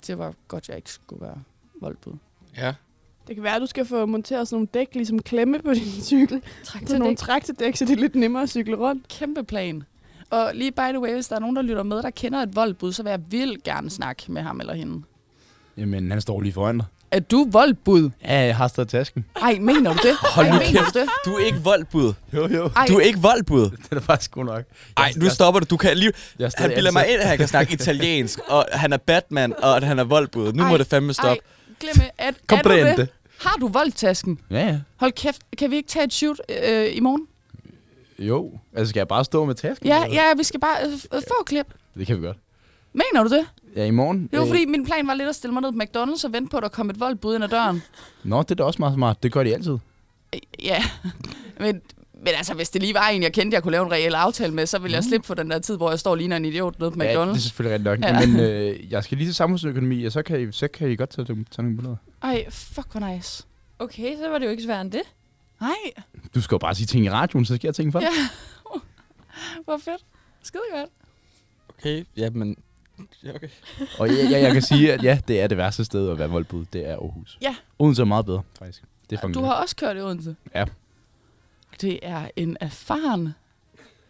Speaker 5: det var godt, jeg ikke skulle være voldbud.
Speaker 2: Ja.
Speaker 3: Det kan være, at du skal få monteret sådan nogle dæk, ligesom klemme på din cykel.
Speaker 4: Træk
Speaker 3: Så
Speaker 4: til
Speaker 3: nogle
Speaker 4: nogle
Speaker 3: træk til dæk, så det er lidt nemmere at cykle rundt.
Speaker 5: Kæmpe plan. Og lige by the way, hvis der er nogen, der lytter med, der kender et voldbud, så vil jeg vildt gerne snakke med ham eller hende.
Speaker 7: Jamen, han står lige foran dig.
Speaker 5: Er du voldbud?
Speaker 7: Ja, jeg har stadig tasken.
Speaker 5: Ej, mener du det?
Speaker 2: Hold
Speaker 5: Ej,
Speaker 2: nu
Speaker 5: mener
Speaker 2: kæft.
Speaker 5: du det?
Speaker 2: Du er ikke voldbud.
Speaker 7: Jo, jo.
Speaker 5: Ej,
Speaker 2: Du er ikke voldbud.
Speaker 7: Det er faktisk god nok.
Speaker 2: Nej, nu stopper du. Du kan lige...
Speaker 7: Jeg er stadig
Speaker 2: Han bilder mig
Speaker 7: ansat.
Speaker 2: ind, at han kan snakke italiensk, og han er Batman, og at han er voldbud. Nu må
Speaker 5: Ej,
Speaker 2: det fandme stoppe.
Speaker 5: Ej, glemme, at, er du det? Har du voldtasken?
Speaker 7: Ja, ja.
Speaker 5: Hold kæft, kan vi ikke tage et shoot øh, i morgen?
Speaker 7: Jo. Altså, skal jeg bare stå med tasken?
Speaker 5: Ja,
Speaker 7: eller?
Speaker 5: ja, vi skal bare øh, øh, få et klip.
Speaker 7: Det kan vi godt.
Speaker 5: Mener du det?
Speaker 7: Ja, i morgen.
Speaker 5: Det var
Speaker 7: øh,
Speaker 5: fordi, min plan var lidt at stille mig ned på McDonald's og vente på, at der kom et voldbud ind ad døren.
Speaker 7: Nå, det er da også meget smart. Det gør de altid.
Speaker 5: Øh, Ja, men, men altså, hvis det lige var en, jeg kendte, jeg kunne lave en reel aftale med, så ville jeg slippe for den der tid, hvor jeg står og ligner en idiot nede på
Speaker 7: Mm. Ja, det er
Speaker 5: McDonald's.
Speaker 7: selvfølgelig rigtigt nok.
Speaker 5: Ja.
Speaker 7: Ja. Men øh, jeg skal lige til samfundsøkonomi, og så kan I, så kan I godt tage, nogle- tage nogle billeder.
Speaker 5: Ej, fuck, hvor nice.
Speaker 4: Okay, så var det jo ikke sværere end det.
Speaker 5: Nej,
Speaker 7: Du skal jo bare sige ting i radioen, så sker jeg ting for dig.
Speaker 5: Ja. hvor fedt. Skide godt.
Speaker 2: Okay, ja, men... Ja, okay.
Speaker 7: Og ja, ja, jeg kan sige, at ja, det er det værste sted at være voldbud. Det er Aarhus.
Speaker 5: Ja.
Speaker 7: Odense er meget bedre, faktisk. Det er
Speaker 5: Og
Speaker 7: fucking
Speaker 5: Du har også kørt i Odense?
Speaker 7: Ja.
Speaker 5: Det er en erfaren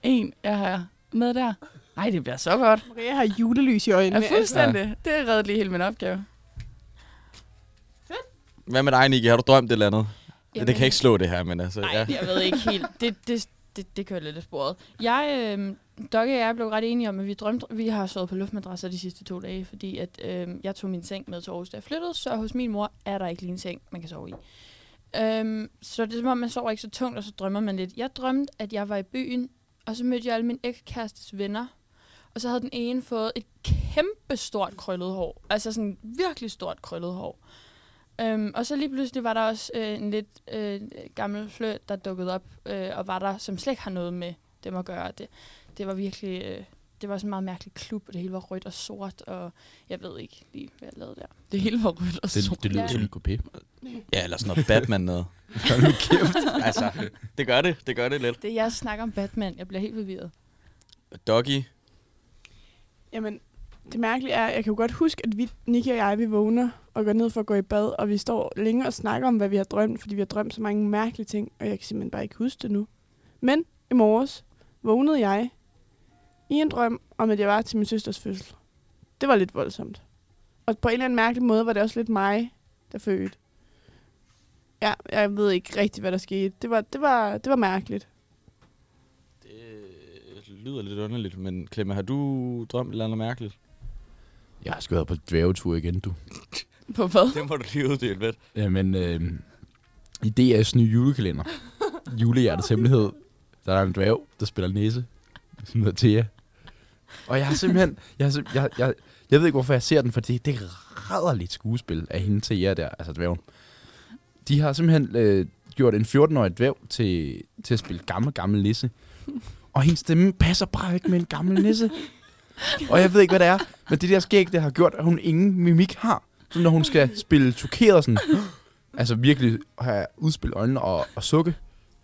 Speaker 5: en, jeg har med der. Nej, det bliver så godt.
Speaker 3: Maria har julelys i øjnene.
Speaker 5: Ja, fuldstændig. Ja. Det redde lige hele min opgave.
Speaker 2: Hvad med dig, Nicky? Har du drømt et eller andet? Jamen. Det kan ikke slå det her, men altså...
Speaker 4: Nej,
Speaker 2: ja.
Speaker 4: jeg ved ikke helt. Det, det, det, det kører lidt af sporet. Jeg, øh, Dokke og jeg blev ret enige om, at vi drømte, vi har sovet på luftmadrasser de sidste to dage, øhm, fordi at, øh, jeg tog min seng med til Aarhus, da jeg flyttede, så hos min mor er der ikke lige en seng, man kan sove i. Øhm, så det er som om, man sover ikke så tungt, og så drømmer man lidt. Jeg drømte, at jeg var i byen, og så mødte jeg alle min ekskærestes venner. Og så havde den ene fået et kæmpe stort krøllet hår. Altså sådan virkelig stort krøllet hår. Øhm, og så lige pludselig var der også øh, en lidt øh, gammel fløt, der dukkede op, øh, og var der, som slet ikke har noget med dem at gøre. Det, det var virkelig... Øh, det var sådan en meget mærkelig klub, og det hele var rødt og sort, og jeg ved ikke lige, hvad jeg lavede der.
Speaker 5: Det hele var rødt og sort.
Speaker 7: Det, det lyder
Speaker 4: Ja.
Speaker 7: som en kopé.
Speaker 2: Ja, eller sådan noget Batman noget.
Speaker 7: Hold nu kæft.
Speaker 2: altså, det gør det. Det gør det lidt.
Speaker 4: Det er jeg snakker om Batman. Jeg bliver helt forvirret.
Speaker 2: Doggy.
Speaker 3: Jamen, det mærkelige er, at jeg kan jo godt huske, at vi, Nicky og jeg, vi vågner og går ned for at gå i bad, og vi står længe og snakker om, hvad vi har drømt, fordi vi har drømt så mange mærkelige ting, og jeg kan simpelthen bare ikke huske det nu. Men i morges vågnede jeg i en drøm om, at jeg var til min søsters fødsel. Det var lidt voldsomt. Og på en eller anden mærkelig måde var det også lidt mig, der fødte. Ja, jeg ved ikke rigtig, hvad der skete. Det var, det var, det var mærkeligt.
Speaker 2: Det øh, lyder lidt underligt, men Klemme, har du drømt et eller andet mærkeligt?
Speaker 7: Jeg har sgu været på dværgetur igen, du.
Speaker 5: På hvad?
Speaker 2: Det må du lige uddybe lidt.
Speaker 7: Jamen, øh, i DR's nye julekalender, julehjertets hemmelighed, der er en dværg, der spiller næse, som hedder Thea. Og jeg har simpelthen, jeg, har simp- jeg, jeg, jeg ved ikke, hvorfor jeg ser den, for det, det redder lidt skuespil af hende Thea der, altså dværgen. De har simpelthen øh, gjort en 14-årig dværg til, til at spille gammel, gammel nisse. Og hendes stemme passer bare ikke med en gammel nisse. Og jeg ved ikke, hvad det er, men det der skæg, det har gjort, at hun ingen mimik har. Så når hun skal spille chokeret sådan, altså virkelig have udspillet øjnene og, og sukke,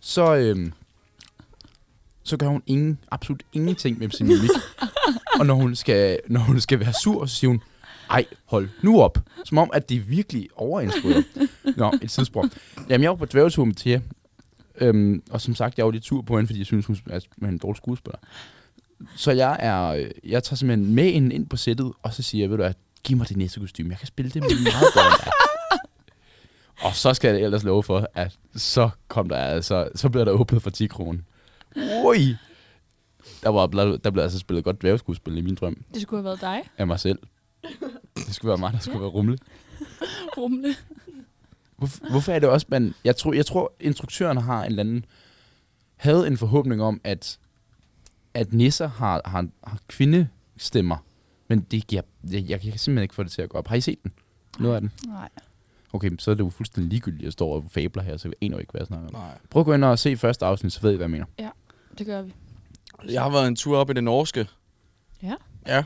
Speaker 7: så, øhm, så gør hun ingen, absolut ingenting med sin mimik. og når hun, skal, når hun skal være sur, så siger hun, ej, hold nu op. Som om, at det er virkelig overindskudder. Nå, et tidsspråk. Jamen, jeg var på dværgetur med Thea. Øhm, og som sagt, jeg var lidt tur på hende, fordi jeg synes, hun er hun er en dårlig skuespiller. Så jeg er, øh, jeg tager simpelthen med hende ind på sættet, og så siger jeg, ved du hvad, giv mig det næste kostume. Jeg kan spille det meget bedre. Og så skal jeg ellers love for, at så kom der altså, så blev der åbnet for 10 kroner. Ui! Der, var, blevet- der blev altså spillet godt dværgeskuespil i min drøm
Speaker 4: Det skulle have været dig.
Speaker 7: af mig selv. Det skulle være mig, der skulle være rumle.
Speaker 5: Rumle.
Speaker 7: Hvorfor, hvorfor er det også, man... Jeg tror, jeg tror instruktøren har en eller anden... Havde en forhåbning om, at, at nisser har, har, har kvindestemmer. Men det giver, jeg, jeg, kan simpelthen ikke få det til at gå op. Har I set den? Noget af den?
Speaker 4: Nej.
Speaker 7: Okay, men så er det jo fuldstændig ligegyldigt, at jeg står og fabler her, så jeg aner jo ikke, hvad jeg snakker om.
Speaker 2: Nej.
Speaker 7: Prøv at gå ind og se første afsnit, så ved I, hvad jeg mener.
Speaker 4: Det gør vi.
Speaker 2: Jeg har været en tur op i det norske.
Speaker 4: Ja.
Speaker 2: Ja.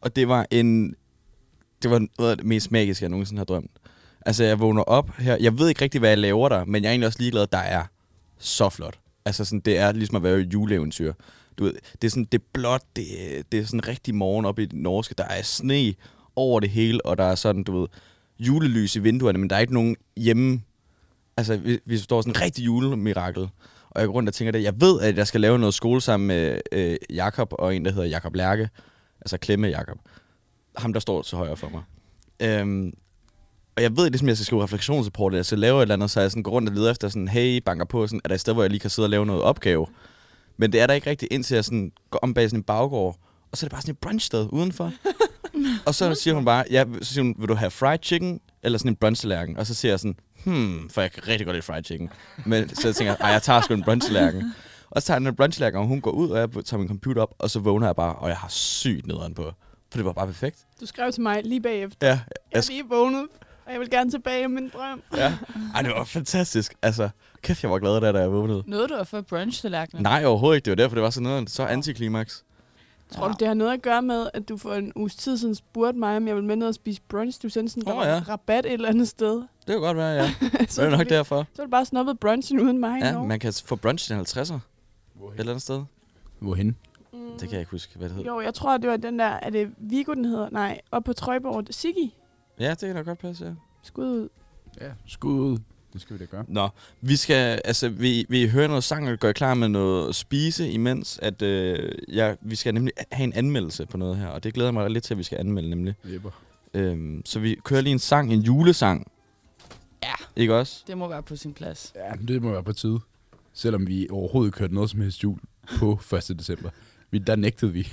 Speaker 2: Og det var en... Det var noget af det mest magiske, jeg nogensinde har drømt. Altså, jeg vågner op her. Jeg ved ikke rigtig, hvad jeg laver der, men jeg er egentlig også ligeglad, der er så flot. Altså, sådan, det er ligesom at være i et juleeventyr. Du ved, det er sådan, det er blåt, det, er- det er sådan rigtig morgen op i det norske. Der er sne over det hele, og der er sådan, du ved, julelys i vinduerne, men der er ikke nogen hjemme. Altså, vi, vi står sådan en rigtig julemirakel. Og jeg går rundt og tænker det. Jeg ved, at jeg skal lave noget skole sammen med øh, Jakob og en, der hedder Jakob Lærke. Altså Klemme Jakob. Ham, der står til højre for mig. Øhm, og jeg ved ligesom, at jeg skal skrive refleksionsrapport, eller jeg skal lave et eller andet, så jeg sådan går rundt og leder efter sådan, hey, banker på, sådan, er der et sted, hvor jeg lige kan sidde og lave noget opgave? Men det er der ikke rigtigt, indtil jeg sådan går om bag sådan en baggård, og så er det bare sådan et brunchsted udenfor. og så siger hun bare, ja, så siger hun, vil du have fried chicken, eller sådan en brunchtallerken? Og så siger jeg sådan, hmm, for jeg kan rigtig godt lide fried chicken. Men så jeg tænker, ej, jeg tager sgu en brunchlærken. Og så tager jeg den brunchlærken, og hun går ud, og jeg tager min computer op, og så vågner jeg bare, og jeg har sygt nederen på. For det var bare perfekt.
Speaker 3: Du skrev til mig lige bagefter,
Speaker 2: Ja,
Speaker 3: jeg
Speaker 2: jeg
Speaker 3: er lige vågnet, og jeg vil gerne tilbage i min drøm.
Speaker 2: ja. Ej, det var fantastisk. Altså, kæft, jeg var glad der, da jeg vågnede.
Speaker 5: Nåede du at få brunch-tallerkener?
Speaker 2: Nej, overhovedet ikke. Det var derfor, det var sådan noget. Så antiklimaks.
Speaker 3: Tror du, det har noget at gøre med, at du for en uges tid siden spurgte mig, om jeg ville med ned og spise brunch? Du sendte sådan, der
Speaker 2: Åh,
Speaker 3: var
Speaker 2: ja.
Speaker 3: en rabat et eller andet sted.
Speaker 2: Det kunne godt være, ja. Det
Speaker 3: så,
Speaker 2: er
Speaker 3: er
Speaker 2: nok derfor.
Speaker 3: så er du bare snuppet brunchen uden mig.
Speaker 2: Ja,
Speaker 3: nå.
Speaker 2: man kan få brunch den 50'er. Et eller andet sted.
Speaker 7: Hvorhen?
Speaker 3: Mm.
Speaker 2: Det kan jeg ikke huske, hvad det hedder.
Speaker 3: Jo, jeg tror, det var den der, er det Vigo, den hedder? Nej, op på Trøjborg. Siggy.
Speaker 2: Ja, det kan da godt passe, ja.
Speaker 3: Skud ud.
Speaker 7: Ja, skud. Det skal vi da gøre.
Speaker 2: Nå, vi skal, altså, vi, vi hører noget sang og gør klar med noget at spise, imens at øh, jeg, vi skal nemlig have en anmeldelse på noget her, og det glæder jeg mig lidt til, at vi skal anmelde nemlig.
Speaker 7: Jepper.
Speaker 2: Øhm, så vi kører lige en sang, en julesang.
Speaker 5: Ja.
Speaker 2: Ikke også?
Speaker 5: Det må være på sin plads.
Speaker 7: Ja, det må være på tide. Selvom vi overhovedet ikke kørte noget som helst jul på 1. december. Vi, der nægtede vi.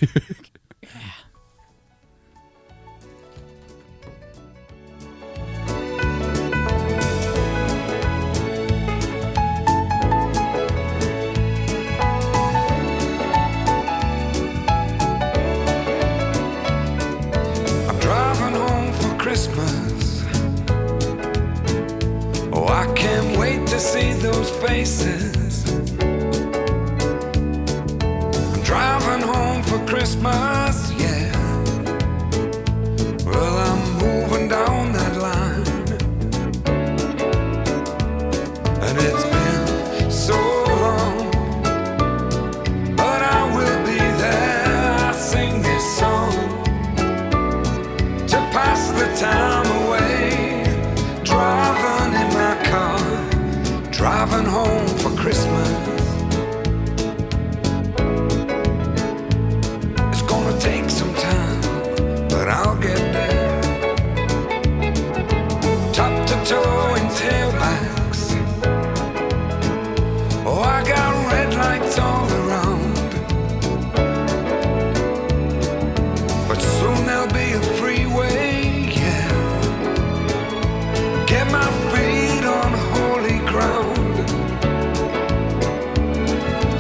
Speaker 8: Oh, to see those faces. I'm driving home for Christmas, yeah. Well, I'm moving down that line. And it's been so long. But I will be there. I sing this song to pass the time away. Driving in my car, driving home for Christmas. It's gonna take some time, but I'll get there. Top to toe in tailbacks. Oh, I got red lights all around. But soon there'll be a freeway, yeah. Get my feet on holy ground.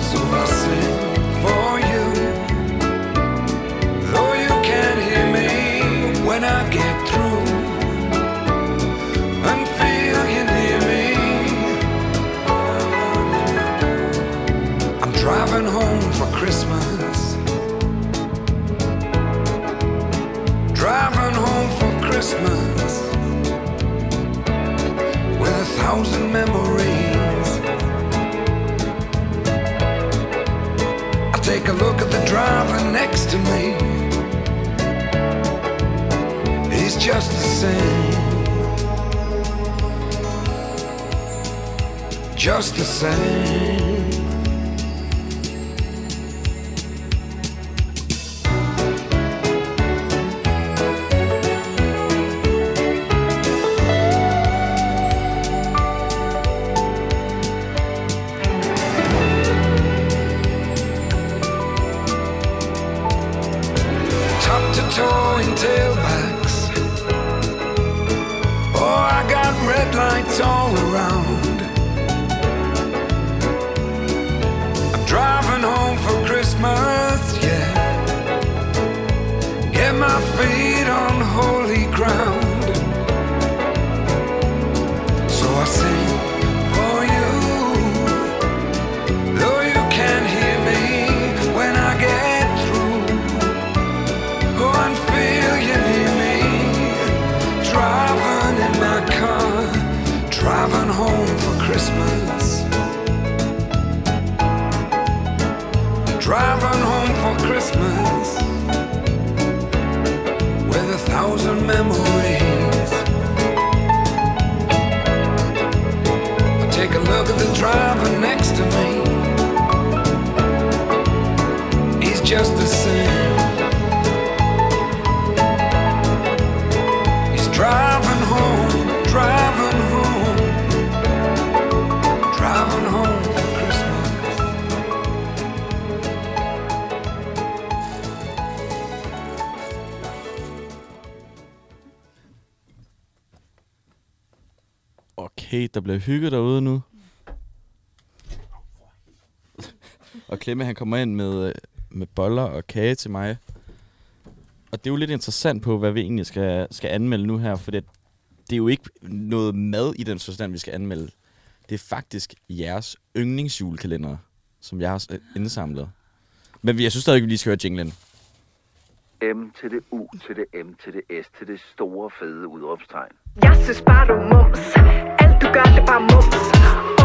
Speaker 8: So I sing for you. Though you can't hear me when I get through. And feel you near me. I'm driving home for Christmas. Driving home for Christmas with a thousand memories. I take a look at the driver next to me. He's just the same. Just the same. top to toe in tailbacks. Oh, I got red lights all around. I'm driving home for Christmas, yeah. Get my feet on holy ground. So I sing for you. Though you can't hear me when I get through. Go and feel you near Oh, me. Driving in my car, driving home for Christmas. Driving home for Christmas with a thousand memories. I take a look at the driver next to me. He's just the same. He's driving home, driving home, driving home for Christmas.
Speaker 2: Okay, der bliver hygget derude nu. og Klemme, han kommer ind med, øh, med boller og kage til mig. Og det er jo lidt interessant på, hvad vi egentlig skal, skal anmelde nu her, for det, det er jo ikke noget mad i den forstand, vi skal anmelde. Det er faktisk jeres yndlingsjulekalender, som jeg har øh, indsamlet. Men vi- jeg synes stadig, vi lige skal høre jinglen.
Speaker 9: M til det U til det M til det S til det store fede udråbstegn.
Speaker 10: Jeg synes bare, du er mums. Alt du gør, det er bare mums.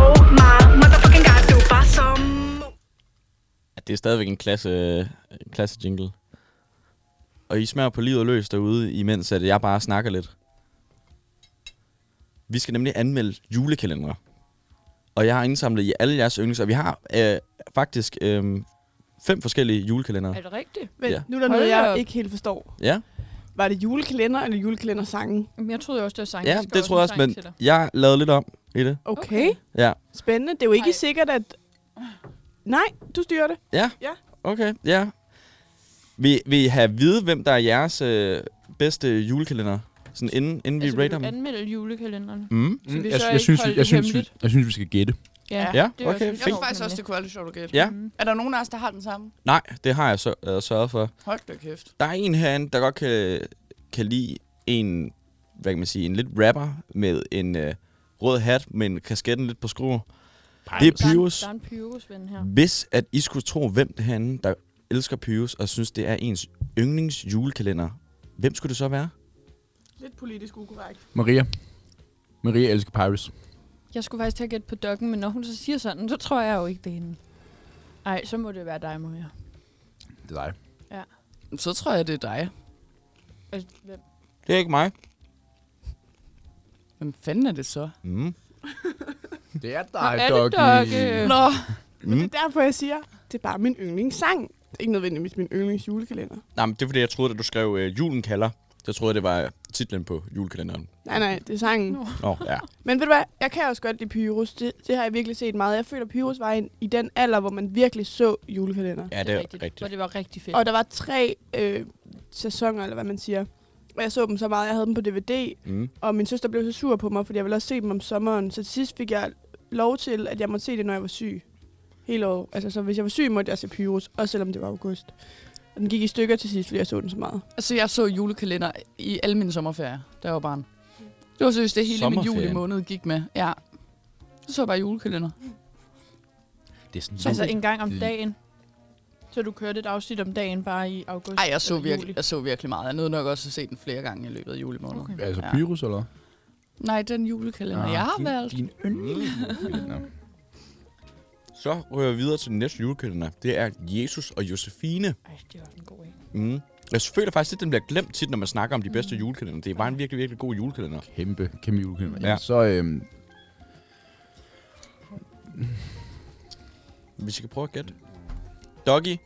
Speaker 10: Oh my motherfucking god, du er bare så mums.
Speaker 2: Ja, det er stadigvæk en klasse, en klasse jingle. Og I smager på livet løs derude, imens at jeg bare snakker lidt. Vi skal nemlig anmelde julekalendere. Og jeg har indsamlet i alle jeres yndlings, og vi har øh, faktisk øh, fem forskellige julekalendere.
Speaker 4: Er det rigtigt?
Speaker 3: Men
Speaker 2: Ja.
Speaker 3: ja. nu er der
Speaker 4: Hold
Speaker 3: noget,
Speaker 4: da
Speaker 3: jeg
Speaker 4: op.
Speaker 3: ikke helt forstår.
Speaker 2: Ja,
Speaker 3: Var det julekalender eller julekalendersange?
Speaker 4: Jamen, jeg troede jo også, det var sang.
Speaker 2: ja
Speaker 4: skal
Speaker 2: det
Speaker 4: også
Speaker 2: tror jeg
Speaker 4: en
Speaker 2: også,
Speaker 4: sang
Speaker 2: men
Speaker 4: til dig.
Speaker 2: jeg lavede lidt om i det.
Speaker 3: Okay. okay.
Speaker 2: Ja,
Speaker 3: Spændende. Det er jo ikke
Speaker 4: Ej.
Speaker 3: sikkert, at... Nej, du styrer det.
Speaker 2: ja,
Speaker 3: Ja.
Speaker 2: okay, ja. Vil, vil I have at vide, hvem der er jeres øh, bedste julekalender? Sådan inden, inden
Speaker 4: Altså, vil
Speaker 2: vi rater
Speaker 4: du
Speaker 2: dem?
Speaker 4: anmelde julekalenderen?
Speaker 2: Mm.
Speaker 4: Så vi
Speaker 7: jeg,
Speaker 4: så
Speaker 7: jeg,
Speaker 4: ikke
Speaker 7: synes,
Speaker 4: holde
Speaker 7: jeg,
Speaker 4: det
Speaker 7: synes,
Speaker 4: hemmeligt?
Speaker 7: jeg synes, vi skal gætte.
Speaker 2: Ja,
Speaker 4: det Mm. er også
Speaker 2: okay,
Speaker 4: en
Speaker 2: fint.
Speaker 5: Jeg
Speaker 4: sjov
Speaker 5: tror faktisk også,
Speaker 4: nemlig.
Speaker 5: det kunne være lidt sjovt at gætte.
Speaker 2: Ja,
Speaker 5: Er der nogen af os, der har den samme?
Speaker 2: nej, det har jeg så, øh, sørget for.
Speaker 5: Hold da kæft.
Speaker 2: Der er en herinde, der godt kan, kan lide en, hvad kan man sige, en lidt rapper med en øh, rød hat med en kasketten lidt på skruer. Det er Pyrus.
Speaker 4: Der er en, der er en Pyrus-ven her.
Speaker 2: Hvis at I skulle tro, hvem det herinde, der elsker Pyrus, og synes, det er ens yndlings julekalender, hvem skulle det så være?
Speaker 3: Lidt politisk ukorrekt.
Speaker 7: Maria. Maria elsker Pyrus.
Speaker 4: Jeg skulle faktisk til at gætte på dokken, men når hun så siger sådan, så tror jeg jo ikke, det er hende. Ej, så må det være dig, Maria.
Speaker 7: Det er dig.
Speaker 5: Så tror jeg, det er dig.
Speaker 4: Altså, hvem?
Speaker 2: Det er ikke mig.
Speaker 5: Hvem fanden er det så?
Speaker 2: Mm.
Speaker 7: Det er dig,
Speaker 4: Hvor er det
Speaker 7: Doggy.
Speaker 4: Doggy?
Speaker 5: Nå,
Speaker 3: Men
Speaker 2: Mm.
Speaker 3: det er derfor, jeg siger, det er bare min yndlingssang. Det er ikke nødvendigvis min yndlings julekalender.
Speaker 2: Nej, men det er fordi, jeg troede, at du skrev øh, Julen kalder. Så troede jeg, det var titlen på julekalenderen.
Speaker 3: Nej, nej, det er sangen.
Speaker 4: Nå.
Speaker 2: Åh, oh, ja.
Speaker 3: Men ved du hvad, jeg kan også godt lide Pyrus. Det, det har jeg virkelig set meget. Jeg føler, Pyrus var en, i den alder, hvor man virkelig så julekalender.
Speaker 2: Ja, det er rigtigt.
Speaker 4: Hvor det var rigtig fedt.
Speaker 3: Og der var tre øh, sæsoner, eller hvad man siger. Og jeg så dem så meget, jeg havde dem på DVD.
Speaker 2: Mm.
Speaker 3: Og min søster blev så sur på mig, fordi jeg ville også se dem om sommeren. Så til sidst fik jeg lov til, at jeg måtte se det, når jeg var syg. Hele året. Altså, så hvis jeg var syg, måtte jeg se Pyrus. Også selvom det var august. Og den gik i stykker til sidst, fordi jeg så den så meget.
Speaker 5: altså jeg så julekalender i alle mine sommerferier, da jeg var barn. Det var seriøst, det hele min
Speaker 2: Sommerferien?
Speaker 5: jule måned gik med. Ja. Så så jeg bare julekalender.
Speaker 7: Det er sådan
Speaker 4: Så altså en gang om
Speaker 7: Mm.
Speaker 4: dagen. Så du kørte et afsnit om dagen bare i august?
Speaker 5: Ej, jeg så,
Speaker 4: eller
Speaker 5: virkelig,
Speaker 4: juli?
Speaker 5: jeg så virkelig meget. Jeg nåede nok også at se den flere gange i løbet af julemåneden.
Speaker 4: Okay.
Speaker 5: Okay.
Speaker 7: Altså
Speaker 5: Ja.
Speaker 7: Pyrus, eller? Ah,
Speaker 5: Nej, den
Speaker 2: Ah,
Speaker 5: julekalender, jeg har valgt.
Speaker 7: Din Mm. yndlingsjulekalender.
Speaker 2: Så rører vi videre til den næste julekalender. Det er Jesus og Josefine.
Speaker 4: Ej, det var en god en.
Speaker 2: Mm. Jeg føler faktisk, at den bliver glemt tit, når man snakker om de bedste julekalender. Det var en virkelig, virkelig god julekalender.
Speaker 7: Kæmpe, kæmpe julekalender. Ja.
Speaker 2: Ja.
Speaker 7: Så øhm,
Speaker 2: Hvis I kan prøve at gætte. Doggy.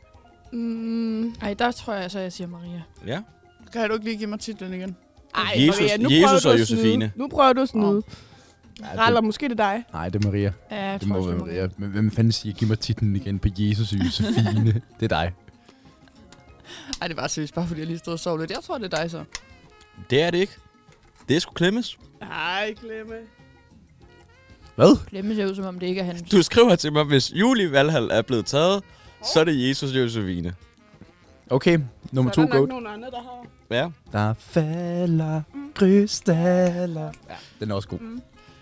Speaker 3: Mm.
Speaker 4: Ej, der tror jeg så, jeg siger Maria.
Speaker 2: Ja.
Speaker 5: Kan du ikke lige give mig titlen igen?
Speaker 3: Ej,
Speaker 2: Jesus-
Speaker 3: Maria, nu
Speaker 2: Jesus
Speaker 3: prøver du
Speaker 2: og
Speaker 3: at snyde.
Speaker 2: Josefine.
Speaker 3: Nu prøver du at snyde.
Speaker 7: ja,
Speaker 3: Raller,
Speaker 7: det,
Speaker 3: måske det er dig.
Speaker 7: nej, det er Maria.
Speaker 4: Ja, jeg
Speaker 7: Det
Speaker 4: tror,
Speaker 7: må
Speaker 4: jeg siger
Speaker 7: være Maria. Men hvem fanden siger, giv mig titlen igen på Jesus og Josefine? det er dig.
Speaker 5: Ej, det var seriøst, bare fordi jeg lige stod og sov lidt. Jeg tror, det er dig så.
Speaker 2: Det er det ikke. Det er sgu Clemens.
Speaker 3: Nej, Klemme.
Speaker 7: Hvad?
Speaker 4: Klemme ser ud, som om det ikke er hans.
Speaker 2: Du skriver til mig, hvis Julie Valhall er blevet taget, så er det Jesus og Josefine.
Speaker 7: Okay, nummer
Speaker 3: Så
Speaker 7: to
Speaker 3: er der nok
Speaker 7: goat.
Speaker 3: nogen andre, der har.
Speaker 2: Ja.
Speaker 7: Der falder krystaller. Ja, den er også god.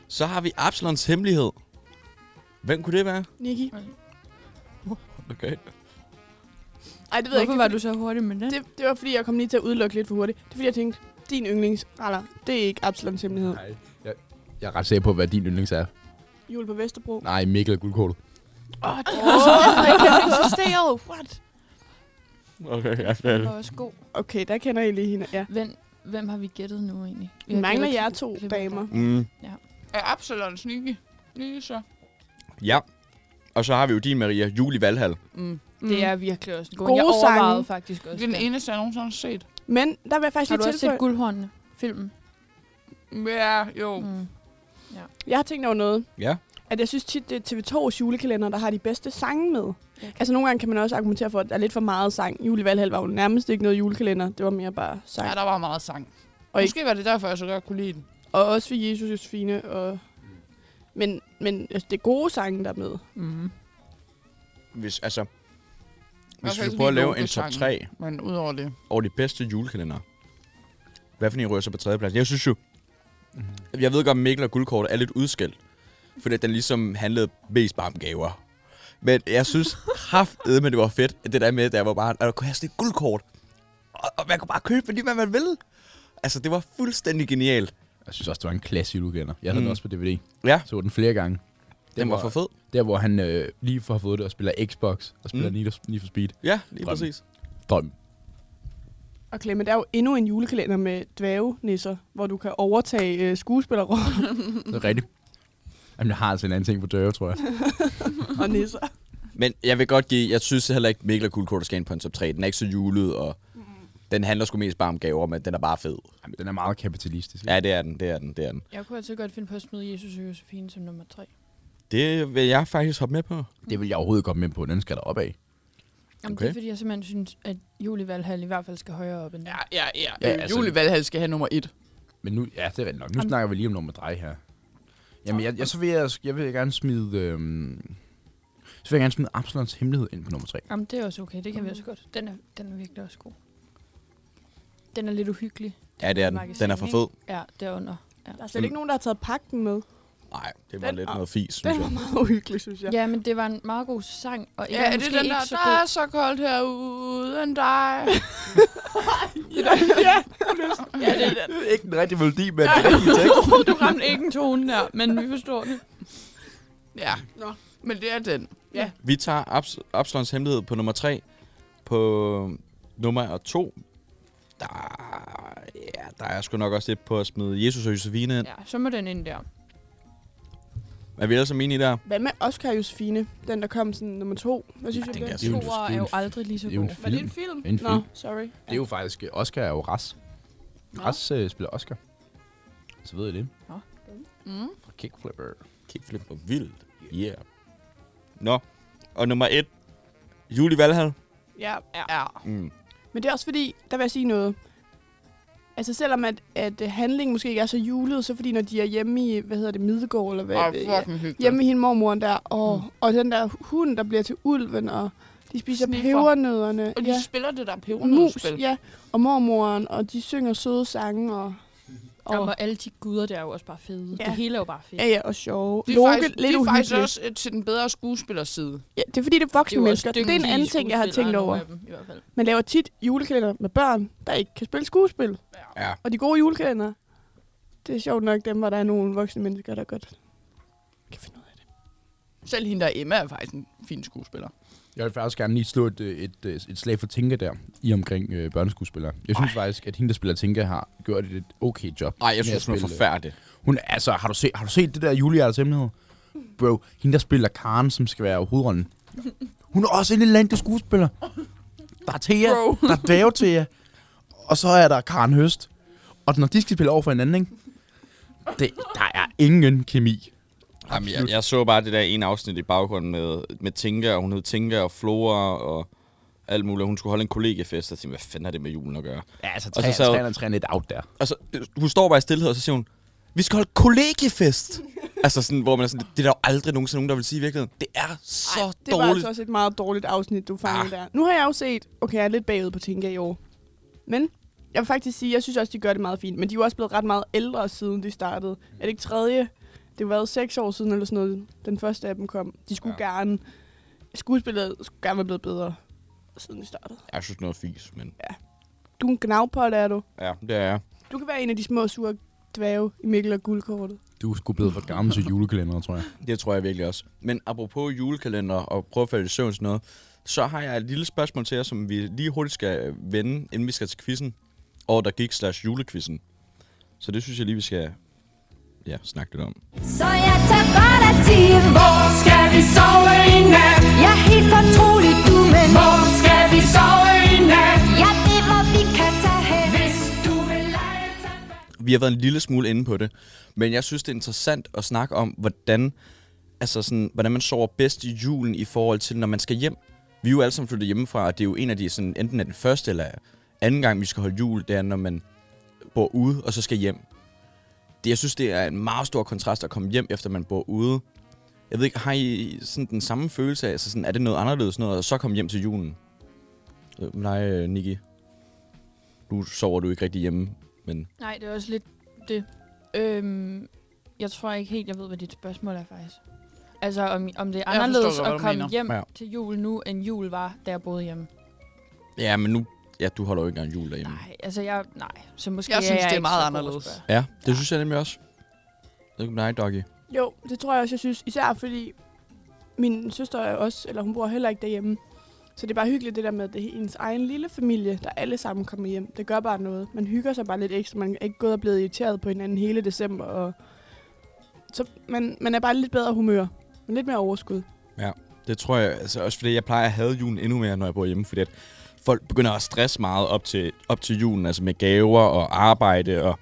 Speaker 2: Så har vi Absalons hemmelighed. Hvem kunne det være?
Speaker 3: Niki.
Speaker 2: Okay.
Speaker 3: Ej, det ved jeg ikke.
Speaker 4: Hvorfor var du så hurtig med det?
Speaker 3: Det, det var fordi, jeg kom lige til at udelukke lidt for hurtigt. Det er fordi, jeg tænkte, din yndlingsraller, det er ikke Absaloms hemmelighed.
Speaker 7: Nej, jeg, jeg er ret sikker på, hvad din yndlings er.
Speaker 3: Jul på Vesterbro.
Speaker 7: Nej, Mikkel og Guldkål.
Speaker 4: Åh, det var så ikke eksisteret. What?
Speaker 2: Okay, jeg er
Speaker 4: Det var også god.
Speaker 3: Okay, der kender I lige hende. Ja.
Speaker 4: Hvem, hvem har vi gættet nu egentlig? Vi
Speaker 3: Vi
Speaker 4: har
Speaker 3: mangler
Speaker 4: gættet
Speaker 3: jer
Speaker 4: Klem-
Speaker 3: to
Speaker 4: Klemme.
Speaker 3: damer.
Speaker 2: Mm.
Speaker 5: Er Absalon sneaky? Lige så.
Speaker 2: Ja. Og så har vi jo din Maria, Julie Valhall.
Speaker 5: Mm.
Speaker 4: Det er virkelig også en god.
Speaker 3: Gode
Speaker 4: jeg overvejede
Speaker 3: sange.
Speaker 4: faktisk også.
Speaker 5: Det er den
Speaker 4: den.
Speaker 5: eneste, jeg nogensinde har set.
Speaker 3: Men der vil jeg faktisk
Speaker 4: Har du
Speaker 3: lige
Speaker 4: også set
Speaker 3: tilføje.
Speaker 4: Guldhåndene? Filmen?
Speaker 5: Ja, jo.
Speaker 4: Mm.
Speaker 3: Jeg har tænkt over noget.
Speaker 2: Ja.
Speaker 3: At jeg synes tit, det er TV2's julekalender, der har de bedste sange med.
Speaker 4: Okay.
Speaker 3: Altså nogle gange kan man også argumentere for, at der er lidt for meget sang. Jul i Valhall var jo nærmest ikke noget julekalender. Det var mere bare sang.
Speaker 5: Ja, der var meget sang.
Speaker 3: Og
Speaker 5: Og Måske var det derfor, jeg så godt kunne lide den.
Speaker 3: Og også for Jesus, Josefine og... Men, men altså, det er gode sange, der er med.
Speaker 4: Mm.
Speaker 2: Hvis, altså,
Speaker 5: Jeg
Speaker 2: hvis
Speaker 5: kan
Speaker 2: vi
Speaker 5: ikke
Speaker 2: prøver at
Speaker 5: lide
Speaker 2: lave en top
Speaker 5: julesangen.
Speaker 2: 3
Speaker 5: Men udover det.
Speaker 2: over de bedste julekalender, hvad for en rører sig på tredje plads? Jeg synes jo, jeg ved godt, at Mikkel og Guldkort er lidt udskilt, fordi at den ligesom handlede mest bare om gaver. Men jeg synes kraftedeme, men det var fedt, at det der med, der var bare, at der kunne have sådan et guldkort, og, og man kunne bare købe lige, hvad man ville. Altså, det var fuldstændig genialt.
Speaker 7: Jeg synes også, det var en klasse julekalender. Jeg havde
Speaker 2: Mm.
Speaker 7: den også på DVD.
Speaker 2: Ja.
Speaker 7: Så den flere gange.
Speaker 2: Den var for fed.
Speaker 7: Der, hvor han øh, lige får fået det og spiller Xbox og spiller
Speaker 2: Mm.
Speaker 7: mm. Need for Speed.
Speaker 2: Ja,
Speaker 7: Drømmen.
Speaker 2: lige præcis.
Speaker 7: Drøm.
Speaker 3: Og Klemme, der er jo endnu en julekalender med dvævenisser, hvor du kan overtage øh, skuespillerrollen
Speaker 7: Det er rigtigt. Jamen, jeg har altså en anden ting på døre, tror jeg.
Speaker 3: og nisser.
Speaker 2: Men jeg vil godt give, jeg synes heller ikke, Mikkel og Guldkort skal ind på en top 3. Den er ikke så julet, og den handler sgu mest bare om gaver, men den er bare fed.
Speaker 7: Jamen, den er meget kapitalistisk.
Speaker 2: Ja, det er den, det er den, det er den.
Speaker 4: Jeg kunne altså godt finde på at smide Jesus og Josefine som nummer tre.
Speaker 2: Det vil jeg faktisk hoppe med på.
Speaker 7: Det vil jeg overhovedet ikke komme med på. Den skal der op af.
Speaker 4: Jamen,
Speaker 2: Okay.
Speaker 4: okay. det er, fordi jeg simpelthen synes, at Julie Valhall i hvert fald skal højere op end
Speaker 5: Ja, ja, ja.
Speaker 7: Ja,
Speaker 5: ja
Speaker 7: altså-
Speaker 5: altså, Julie Valhall skal have nummer et.
Speaker 7: Men nu, ja, det er rigtigt nok. Nu snakker vi lige om nummer drej her. Jamen, jeg, jeg, så vil jeg, jeg vil gerne smide... Øhm, så vil jeg gerne smide Absalons hemmelighed ind på nummer 3.
Speaker 4: Jamen, det er også okay. Det kan vi også godt. Den er, den er virkelig også god. Den er lidt uhyggelig.
Speaker 2: Ja, det er den. Den er for fed.
Speaker 4: Ja, derunder.
Speaker 3: Der er slet ikke nogen, der har taget pakken med.
Speaker 2: Nej, det var
Speaker 3: Den-
Speaker 2: lidt noget fis,
Speaker 3: Den
Speaker 2: synes
Speaker 3: var
Speaker 2: jeg.
Speaker 3: meget uhyggelig, synes jeg.
Speaker 4: Ja, men det var en meget god sang, og
Speaker 5: Ja,
Speaker 4: ja,
Speaker 5: er
Speaker 4: måske
Speaker 5: det den
Speaker 4: ikke
Speaker 5: der,
Speaker 4: så
Speaker 5: der
Speaker 4: god.
Speaker 5: er Ah, så koldt herude end dig?
Speaker 3: Ja, ja.
Speaker 4: Ja, det er den.
Speaker 7: Det er ikke den rigtige melodi, men den rigtige tekst.
Speaker 4: du ramte ikke en tone der, men vi forstår det.
Speaker 5: Ja,
Speaker 3: Nå.
Speaker 5: men det er den.
Speaker 2: Vi tager Abs- Absalons hemmelighed på nummer 3. På nummer 2, der, ja, der er sgu nok også lidt på at smide Jesus og Josefine ind.
Speaker 4: Ja, så må den ind der.
Speaker 2: Er vi ellers enige der?
Speaker 3: Hvad med Oscar Josefine? Den, der kom sådan nummer to. Hvad synes ja,
Speaker 2: Ja, den
Speaker 3: du om den?
Speaker 2: kan jeg Det er jo en-
Speaker 4: Toer
Speaker 7: det
Speaker 4: er
Speaker 7: er
Speaker 4: jo
Speaker 7: en-
Speaker 4: aldrig lige så
Speaker 7: det er jo
Speaker 4: god.
Speaker 7: en
Speaker 3: Var det en
Speaker 7: film.
Speaker 3: film?
Speaker 7: En
Speaker 3: Nå,
Speaker 7: film.
Speaker 3: sorry.
Speaker 7: Det er jo faktisk, øh, Oscar er jo Ras. Ras øh, spiller Oscar. Så ved I det.
Speaker 4: Nå.
Speaker 5: Mm.
Speaker 7: Fra Kickflipper.
Speaker 2: Kickflip og vildt. Yeah. Nå, og nummer 1, Julie Valhall.
Speaker 3: Ja.
Speaker 5: Ja.
Speaker 2: Mm.
Speaker 3: Men det er også fordi, der vil jeg sige noget. Altså selvom at, at øh, handlingen måske ikke er så julet, så fordi når de er hjemme i, hvad hedder det, Midgård eller hvad?
Speaker 5: Åh,
Speaker 3: øh, ja,
Speaker 5: fucking hyggeligt.
Speaker 3: hjemme i hende mormoren der, og, mm. og den der hund, der bliver til ulven, og de spiser
Speaker 5: Sniffer.
Speaker 3: pebernødderne.
Speaker 5: Og de
Speaker 3: ja.
Speaker 5: spiller det der
Speaker 3: Mus,
Speaker 5: pebernødspil.
Speaker 3: ja. Og mormoren, og de synger søde sange, og,
Speaker 4: Og
Speaker 3: og,
Speaker 4: alle de guder der er jo også bare fede.
Speaker 3: Ja.
Speaker 4: Det hele er jo bare fedt.
Speaker 3: ja, ja, og sjove.
Speaker 5: De er
Speaker 3: Loke,
Speaker 5: faktisk,
Speaker 3: lidt
Speaker 5: de er faktisk
Speaker 3: uhyggelig.
Speaker 5: også øh, til den bedre skuespillers side.
Speaker 3: Ja, det er fordi, det er voksne mennesker. Det er en anden ting, jeg har tænkt over.
Speaker 4: I hvert fald.
Speaker 3: Man laver tit julekalender med børn, der ikke kan spille skuespil.
Speaker 2: Ja.
Speaker 3: Og de gode julekalender, det er sjovt nok dem, hvor der er nogle voksne mennesker, der godt kan finde ud af det.
Speaker 5: Selv hende der Emma er faktisk en fin skuespiller.
Speaker 7: Jeg vil faktisk gerne lige slå et, øh, et, øh, et slag for Tinka der, i omkring øh, børneskuespillere. Jeg synes Ej. faktisk, at hende, der spiller Tinka, har gjort et okay job.
Speaker 2: Ej,
Speaker 7: med
Speaker 2: jeg
Speaker 7: at
Speaker 2: synes, hun er
Speaker 7: spille- øh,
Speaker 2: forfærdelig.
Speaker 7: Hun, altså, har du, set, har du set det der Julias hemmelighed? Bro, hende der spiller Karen, som skal være hovedrollen. Hun er også en lille anden skuespiller. Der er Thea, der er Dave Thea, og så er der Karen Høst. Og når de skal spille over for hinanden, ikke? Det, der er ingen kemi.
Speaker 2: Jamen, jeg,
Speaker 7: Absolut.
Speaker 2: jeg så bare det der ene afsnit i baggrunden med, med Tinka, og hun hed Tinka og Flora og alt muligt. Hun skulle holde en kollegiefest, og jeg tænkte, hvad fanden har det med julen at gøre?
Speaker 7: Ja, altså,
Speaker 2: Og så sad-
Speaker 7: 3 lidt out der.
Speaker 2: Altså, øh, hun står bare i stillhed, og så siger hun, vi skal holde kollegiefest! altså sådan, hvor man er sådan, det er der jo aldrig nogensinde nogen, der vil sige i virkeligheden. Det er så Ej,
Speaker 3: Det var
Speaker 2: dårligt.
Speaker 3: altså også et meget dårligt afsnit, du fangede
Speaker 2: Ah.
Speaker 3: der. Nu har jeg jo set, okay, jeg er lidt bagud på Tinka i år. Men jeg vil faktisk sige, jeg synes også, de gør det meget fint. Men de er jo også blevet ret meget ældre, siden de startede. Er det ikke tredje? Det har været seks år siden, eller sådan noget, den første af dem kom. De skulle ja. gerne... Skuespillet skulle gerne være blevet bedre, siden de startede.
Speaker 2: Jeg synes, det er noget fis, men
Speaker 3: Du er en gnavpot, er du?
Speaker 2: ja, det er jeg.
Speaker 3: Du kan være en af de små sure dvæve i Mikkel og Guldkortet.
Speaker 7: Du er sgu blevet for gammel til julekalenderen, tror jeg.
Speaker 2: Det tror jeg virkelig også. Men apropos julekalender og prøve at falde i søvn og sådan noget, så har jeg et lille spørgsmål til jer, som vi lige hurtigt skal vende, inden vi skal til quizzen. Og der gik slash julekvizzen. Så det synes jeg lige, vi skal ja, snakke lidt om.
Speaker 10: Så jeg tager godt af tid Hvor skal vi sove i nat? Jeg er helt fortrolig, du men Hvor skal vi sove i nat? Jeg ved, hvor vi kan tage hen Hvis du vil lege, tage
Speaker 2: vi har været en lille smule inde på det, men jeg synes, det er interessant at snakke om, hvordan, altså sådan, hvordan man sover bedst i julen i forhold til, når man skal hjem. Vi er jo alle sammen flyttet hjemmefra, og det er jo en af de, sådan, enten er den første eller anden gang, vi skal holde jul, det er, når man bor ude og så skal hjem. Det, jeg synes, det er en meget stor kontrast at komme hjem, efter man bor ude. Jeg ved ikke, har I sådan den samme følelse af, altså sådan, er det noget anderledes noget, og så komme hjem til julen? Øh, nej, øh, Niki. Nu sover du ikke rigtig hjemme, men...
Speaker 4: Nej, det er også lidt det. Øhm, jeg tror ikke helt, jeg ved, hvad dit spørgsmål er faktisk. Altså, om, om det er
Speaker 5: forstår
Speaker 4: anderledes
Speaker 5: godt,
Speaker 4: at
Speaker 5: hvad du
Speaker 4: komme
Speaker 5: mener.
Speaker 4: hjem
Speaker 2: Ja.
Speaker 4: ja. til jul nu, end jul var, da jeg boede hjemme.
Speaker 2: Ja, men nu... Ja, du holder jo ikke engang jul derhjemme.
Speaker 4: Nej, altså jeg... Nej, så måske
Speaker 5: Jeg
Speaker 4: er
Speaker 5: synes,
Speaker 4: jeg
Speaker 5: det er
Speaker 4: ikke
Speaker 5: meget
Speaker 4: så god at
Speaker 5: anderledes.
Speaker 4: spørge.
Speaker 2: Ja, det synes jeg nemlig også. Det er nej, Doggy.
Speaker 3: Jo, det tror jeg også, jeg synes. Især fordi min søster er også, eller hun bor heller ikke derhjemme. Så det er bare hyggeligt det der med, at det er ens egen lille familie, der alle sammen kommer hjem. Det gør bare noget. Man hygger sig bare lidt ekstra. Man er ikke gået og blevet irriteret på hinanden hele december. Og så man, man er bare lidt bedre humør. Men lidt mere overskud.
Speaker 2: Det tror jeg, altså også fordi jeg plejer at have julen endnu mere, når jeg bor hjemme, fordi at folk begynder at stresse meget op til, op til julen, altså med gaver og arbejde, og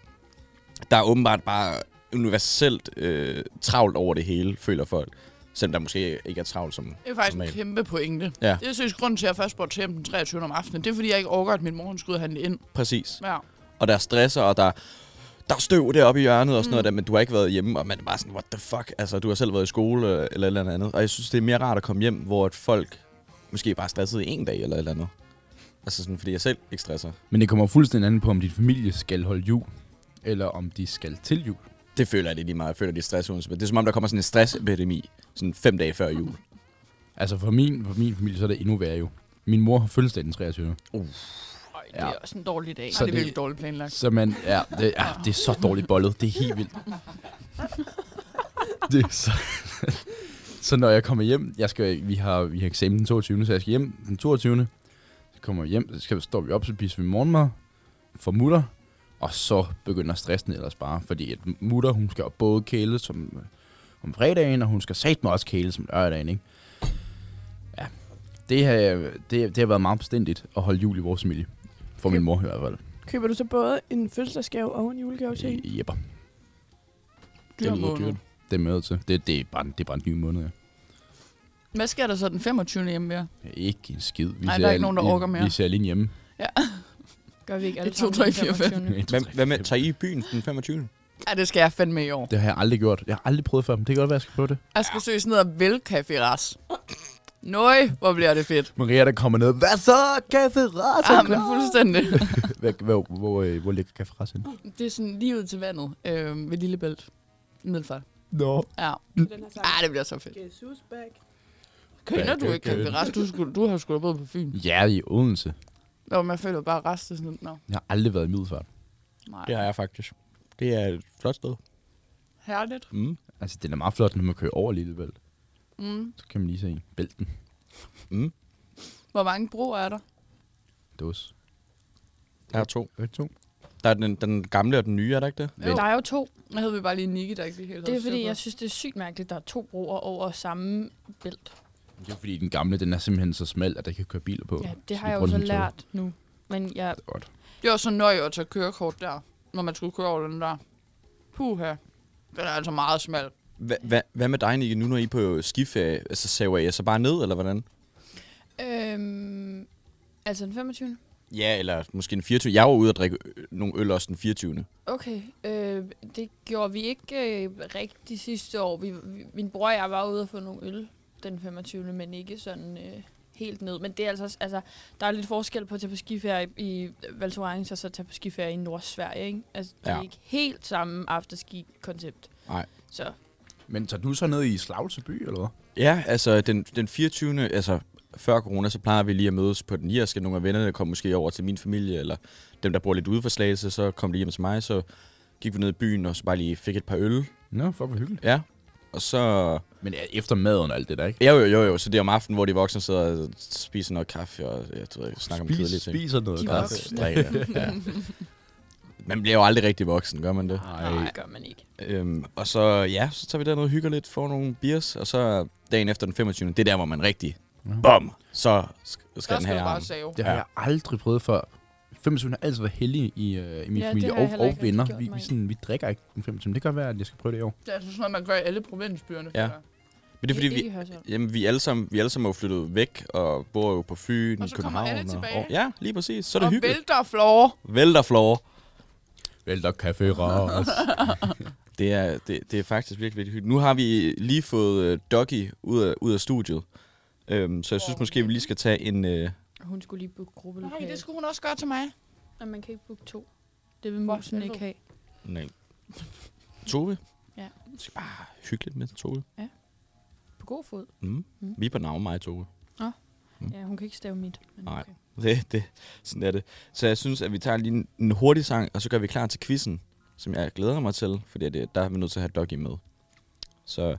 Speaker 2: der er åbenbart bare universelt øh, travlt over det hele, føler folk. Selvom der måske ikke er travlt som...
Speaker 5: Det er faktisk
Speaker 2: Normalt.
Speaker 5: en kæmpe pointe.
Speaker 2: Ja.
Speaker 5: Det er synes grunden til, at jeg først bor til hjem den 23. om aftenen. Det er, fordi jeg ikke overgår, at min mor hun skulle ud og handle ind.
Speaker 2: Præcis.
Speaker 5: Ja.
Speaker 2: Og der er stresser, og der, der er støv deroppe i hjørnet og sådan mm. noget der, men du har ikke været hjemme, og man er bare sådan, what the fuck? Altså, du har selv været i skole øh, eller et eller andet. Og jeg synes, det er mere rart at komme hjem, hvor at folk måske bare er stresset i en dag eller et eller andet. Altså sådan, fordi jeg selv ikke stresser.
Speaker 7: Men det kommer fuldstændig an på, om din familie skal holde jul, eller om de skal til jul.
Speaker 2: Det føler jeg det er lige meget. Jeg føler, det er stress uden Det er som om, der kommer sådan en stressepidemi, sådan fem dage før jul.
Speaker 7: Altså for min, for min familie, så er det endnu værre jo. Min mor har fødselsdag den 23.
Speaker 2: Uh.
Speaker 4: Øj, det er
Speaker 7: Ja.
Speaker 4: også en dårlig dag.
Speaker 7: Så
Speaker 4: Ej, det
Speaker 7: det-
Speaker 4: vil-
Speaker 5: virkelig dårligt planlagt.
Speaker 7: Så man, ja, det, ja, det er så dårligt bollet. Det er helt vildt. Det er så, så når jeg kommer hjem, jeg skal, vi, har, vi har eksamen den 22. Så jeg skal hjem den 22. Så kommer jeg hjem, så skal, står vi op, så spiser vi morgenmad, får mutter, og så begynder stressen ellers bare. Fordi at mutter, hun skal både kæle som øh, om fredagen, og hun skal satme også kæle som lørdagen, ikke? Ja, det har, det, det har været meget bestændigt at holde jul i vores familie. For min mor i hvert fald. Øh,
Speaker 3: Køber du så både en fødselsdagsgave og en julegave til hende?
Speaker 7: Jepper.
Speaker 5: Dyr måned.
Speaker 7: Det er mødet til. Det, det, er bare, det er bare en ny måned, ja.
Speaker 5: Hvad sker der så den 25. hjemme ved jer?
Speaker 7: Ikke en skid. Vi
Speaker 5: Nej, der er ikke nogen, der
Speaker 7: vi-
Speaker 5: orker mere. Mm.
Speaker 7: Vi ser alene hjemme.
Speaker 4: Gør vi ikke alle
Speaker 5: Et,
Speaker 4: sammen
Speaker 5: to, tre,
Speaker 4: den
Speaker 5: fire, fem.
Speaker 4: 25..
Speaker 2: Hvad, hvad med, tager I i byen den 25?
Speaker 5: Ja, det skal jeg fandme i år.
Speaker 7: Det har jeg aldrig gjort. Jeg har aldrig prøvet før, men det kan godt være, jeg skal prøve det.
Speaker 5: Jeg skal søge sådan noget velkaferas. Nøj, hvor bliver det fedt.
Speaker 7: Maria, der kommer ned. Hvad så, kaffe Ras?
Speaker 5: Ah, men fuldstændig.
Speaker 7: Hvor, hvor, hvor, øh, hvor ligger kaffe Ras henne?
Speaker 5: Det er sådan lige ud til vandet øh, ved Lillebælt. I Middelfart.
Speaker 7: Nå.
Speaker 5: Ja.
Speaker 3: Den her sang.
Speaker 5: Ah, det bliver så fedt.
Speaker 3: Jesus back.
Speaker 5: Kender du ikke Kaferas? Du, skulle, du har sgu da boet på Fyn.
Speaker 7: Ja, i Odense.
Speaker 5: Nå, men jeg føler bare resten sådan, nå,
Speaker 7: Jeg har aldrig været i Middelfart.
Speaker 5: nej.
Speaker 2: Det har jeg faktisk. Det er et flot sted.
Speaker 5: Herligt.
Speaker 2: Mm.
Speaker 7: Altså, den er meget flot, når man kører over Lillebælt.
Speaker 5: Mm.
Speaker 7: Så kan man lige se bælten.
Speaker 2: Mm.
Speaker 5: Hvor mange broer er der?
Speaker 7: Dås.
Speaker 2: Der er to.
Speaker 7: Er det to?
Speaker 2: Der er den, den gamle og den nye, er der ikke det?
Speaker 4: Der er jo to.
Speaker 5: Jeg havde vi bare lige Nicky, der ikke lige helt
Speaker 4: Det er
Speaker 5: havde styr
Speaker 4: fordi,
Speaker 5: på.
Speaker 4: jeg synes, det er sygt mærkeligt, at der er to broer over samme bælt.
Speaker 7: Det er fordi, den gamle, den er simpelthen så smal, at der kan køre biler på.
Speaker 4: Ja,
Speaker 7: vi
Speaker 4: det har jeg jo
Speaker 7: bruger
Speaker 4: så
Speaker 7: den som tog.
Speaker 4: lært nu. Men jeg,
Speaker 7: Det er godt.
Speaker 5: Det var så nøje at tage kørekort der, når man skulle køre over den der. Puha. Den er altså meget smal.
Speaker 2: Hva, hva, hvad med dig, Nikke, nu når I er på skiferie? Altså, saver jeg så bare ned, eller hvordan?
Speaker 4: øhm, altså den 25.
Speaker 2: Ja, eller måske den 24. Jeg var ude og drikke ø- nogle øl også den 24.
Speaker 4: Okay, øh, det gjorde vi ikke øh, rigtig sidste år. Vi, vi, min bror og jeg var ude og få nogle øl den 25. Men ikke sådan øh, helt ned. Men det er altså, også- altså, der er lidt forskel på at tage på skiferie i Val Thorens, og så tage på skiferie i Nordsverige. Ikke? Altså, det er
Speaker 2: Ja.
Speaker 4: ikke helt samme afterski-koncept.
Speaker 2: Nej.
Speaker 4: Så
Speaker 7: Men tager du så ned i Slagelse by, eller hvad?
Speaker 2: Ja, altså den, den 24. Altså før corona, så plejer vi lige at mødes på den irske. Nogle af vennerne kom måske over til min familie, eller dem, der bor lidt ude for Slagelse, så kom de hjem til mig. Så gik vi ned i byen og så bare lige fik et par øl.
Speaker 7: Nå, fuck, hvor hyggeligt.
Speaker 2: Ja, og så...
Speaker 7: Men ja, efter maden og alt det der, ikke?
Speaker 2: Ja, jo, jo, jo. Så det er om aftenen, hvor de voksne sidder og spiser noget kaffe og jeg ved, ikke, snakker om kedelige ting.
Speaker 7: Spiser noget
Speaker 4: De
Speaker 7: kaffe.
Speaker 4: voksne.
Speaker 2: Drikker. Ja. Man bliver jo aldrig rigtig voksen, gør man det?
Speaker 4: nej, det gør man ikke.
Speaker 2: Øhm, og så, ja, så tager vi derned og hygger lidt, får nogle beers, og så dagen efter den 25. Det er der, hvor man rigtig, bum, så sk- skal
Speaker 5: Der
Speaker 2: den
Speaker 5: skal
Speaker 2: have
Speaker 5: du bare
Speaker 2: armen.
Speaker 5: save.
Speaker 7: Det har jeg aldrig prøvet før. 25 har altid været heldig i, øh, i min
Speaker 4: Ja, det
Speaker 7: familie
Speaker 4: har jeg heller
Speaker 7: og, og
Speaker 4: ikke rigtig
Speaker 7: venner.
Speaker 4: gjort
Speaker 7: Vi,
Speaker 4: mig
Speaker 7: vi,
Speaker 4: i.
Speaker 7: sådan, vi drikker ikke den 25. Det kan godt være, at jeg skal prøve det i år.
Speaker 5: Det er altså sådan noget, man gør i alle provinsbyerne.
Speaker 2: Ja.
Speaker 5: føler jeg.
Speaker 2: Men det er fordi,
Speaker 4: ikke i
Speaker 2: vi,
Speaker 4: Hørsholm.
Speaker 2: jamen, vi, alle sammen, vi alle sammen er jo flyttet væk og bor jo på Fyn,
Speaker 5: Og så kommer
Speaker 2: København.
Speaker 5: alle tilbage.
Speaker 2: og, ja, lige præcis. Så er det
Speaker 5: og
Speaker 2: hyggeligt.
Speaker 5: vælter flore.
Speaker 2: Vælter floor.
Speaker 7: Vælter kaffe ras.
Speaker 2: Det er, det, det er faktisk virkelig, virkelig hyggeligt. Nu har vi lige fået øh, Doggy ud af, ud af studiet. Øhm, så jeg synes måske, vi lige skal tage en... Øh,
Speaker 4: Hun skulle lige booke gruppe.
Speaker 5: Nej, det skulle hun også gøre til mig.
Speaker 4: Og man kan ikke booke to. Det vil
Speaker 5: For
Speaker 4: musen ikke
Speaker 5: helvede.
Speaker 4: have.
Speaker 2: nej. Tove?
Speaker 4: Ja.
Speaker 2: Vi skal bare hygge lidt med Tove.
Speaker 4: På god fod.
Speaker 2: Mm.
Speaker 4: Mm.
Speaker 2: Mm. Vi er på navn mig, Tove.
Speaker 4: Ja, hun kan ikke stave mit. Men
Speaker 2: Nej.
Speaker 4: Okay.
Speaker 2: Det, det, sådan er det. Så jeg synes, at vi tager lige en, en hurtig sang, og så gør vi klar til quizzen, som jeg glæder mig til, fordi det, der er vi nødt til at have Doggy med. Så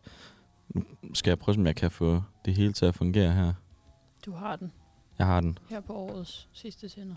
Speaker 2: nu skal jeg prøve, om jeg kan få det hele til at fungere her.
Speaker 4: Du har den.
Speaker 2: Jeg har den.
Speaker 4: Her på årets sidste tænder.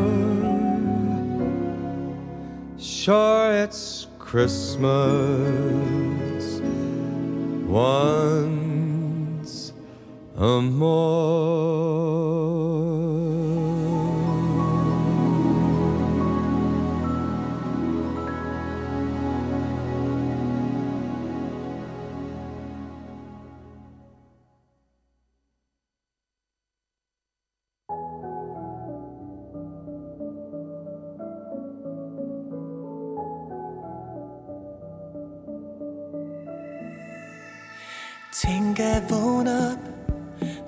Speaker 11: Sure, it's Christmas once a more.
Speaker 12: Tænk at vågne op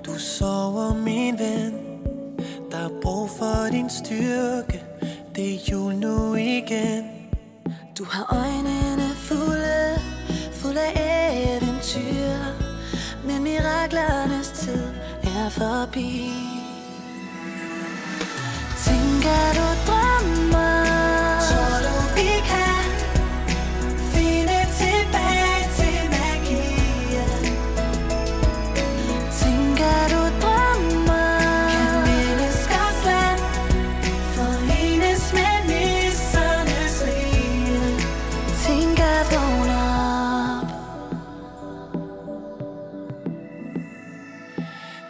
Speaker 12: Du sover min ven Der er brug for din styrke Det er jul nu igen
Speaker 13: Du har øjnene fulde, fulde af eventyr Men miraklernes tid er forbi Tænker du drømmer Tror du vi kan Finde tilbage til magien Tænker du drømmer Kan menneskers land Forenes med nissernes rige Tænker vågn op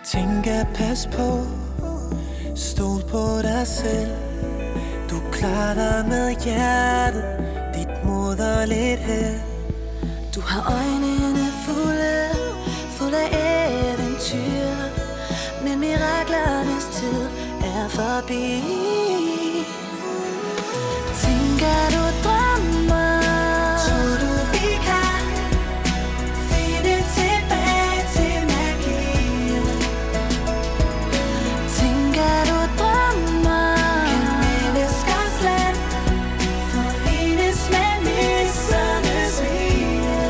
Speaker 12: Tænk at pas på Stol på dig selv Du klarer dig med hjertet Dit moderligt held
Speaker 13: Du har øjnene fulde, fulde af eventyr Men miraklernes tid er forbi Tænker du drømmer Tror du vi kan Finde tilbage til magien Tænker du drømmer Kan menneskers land Forenes med nissernes rige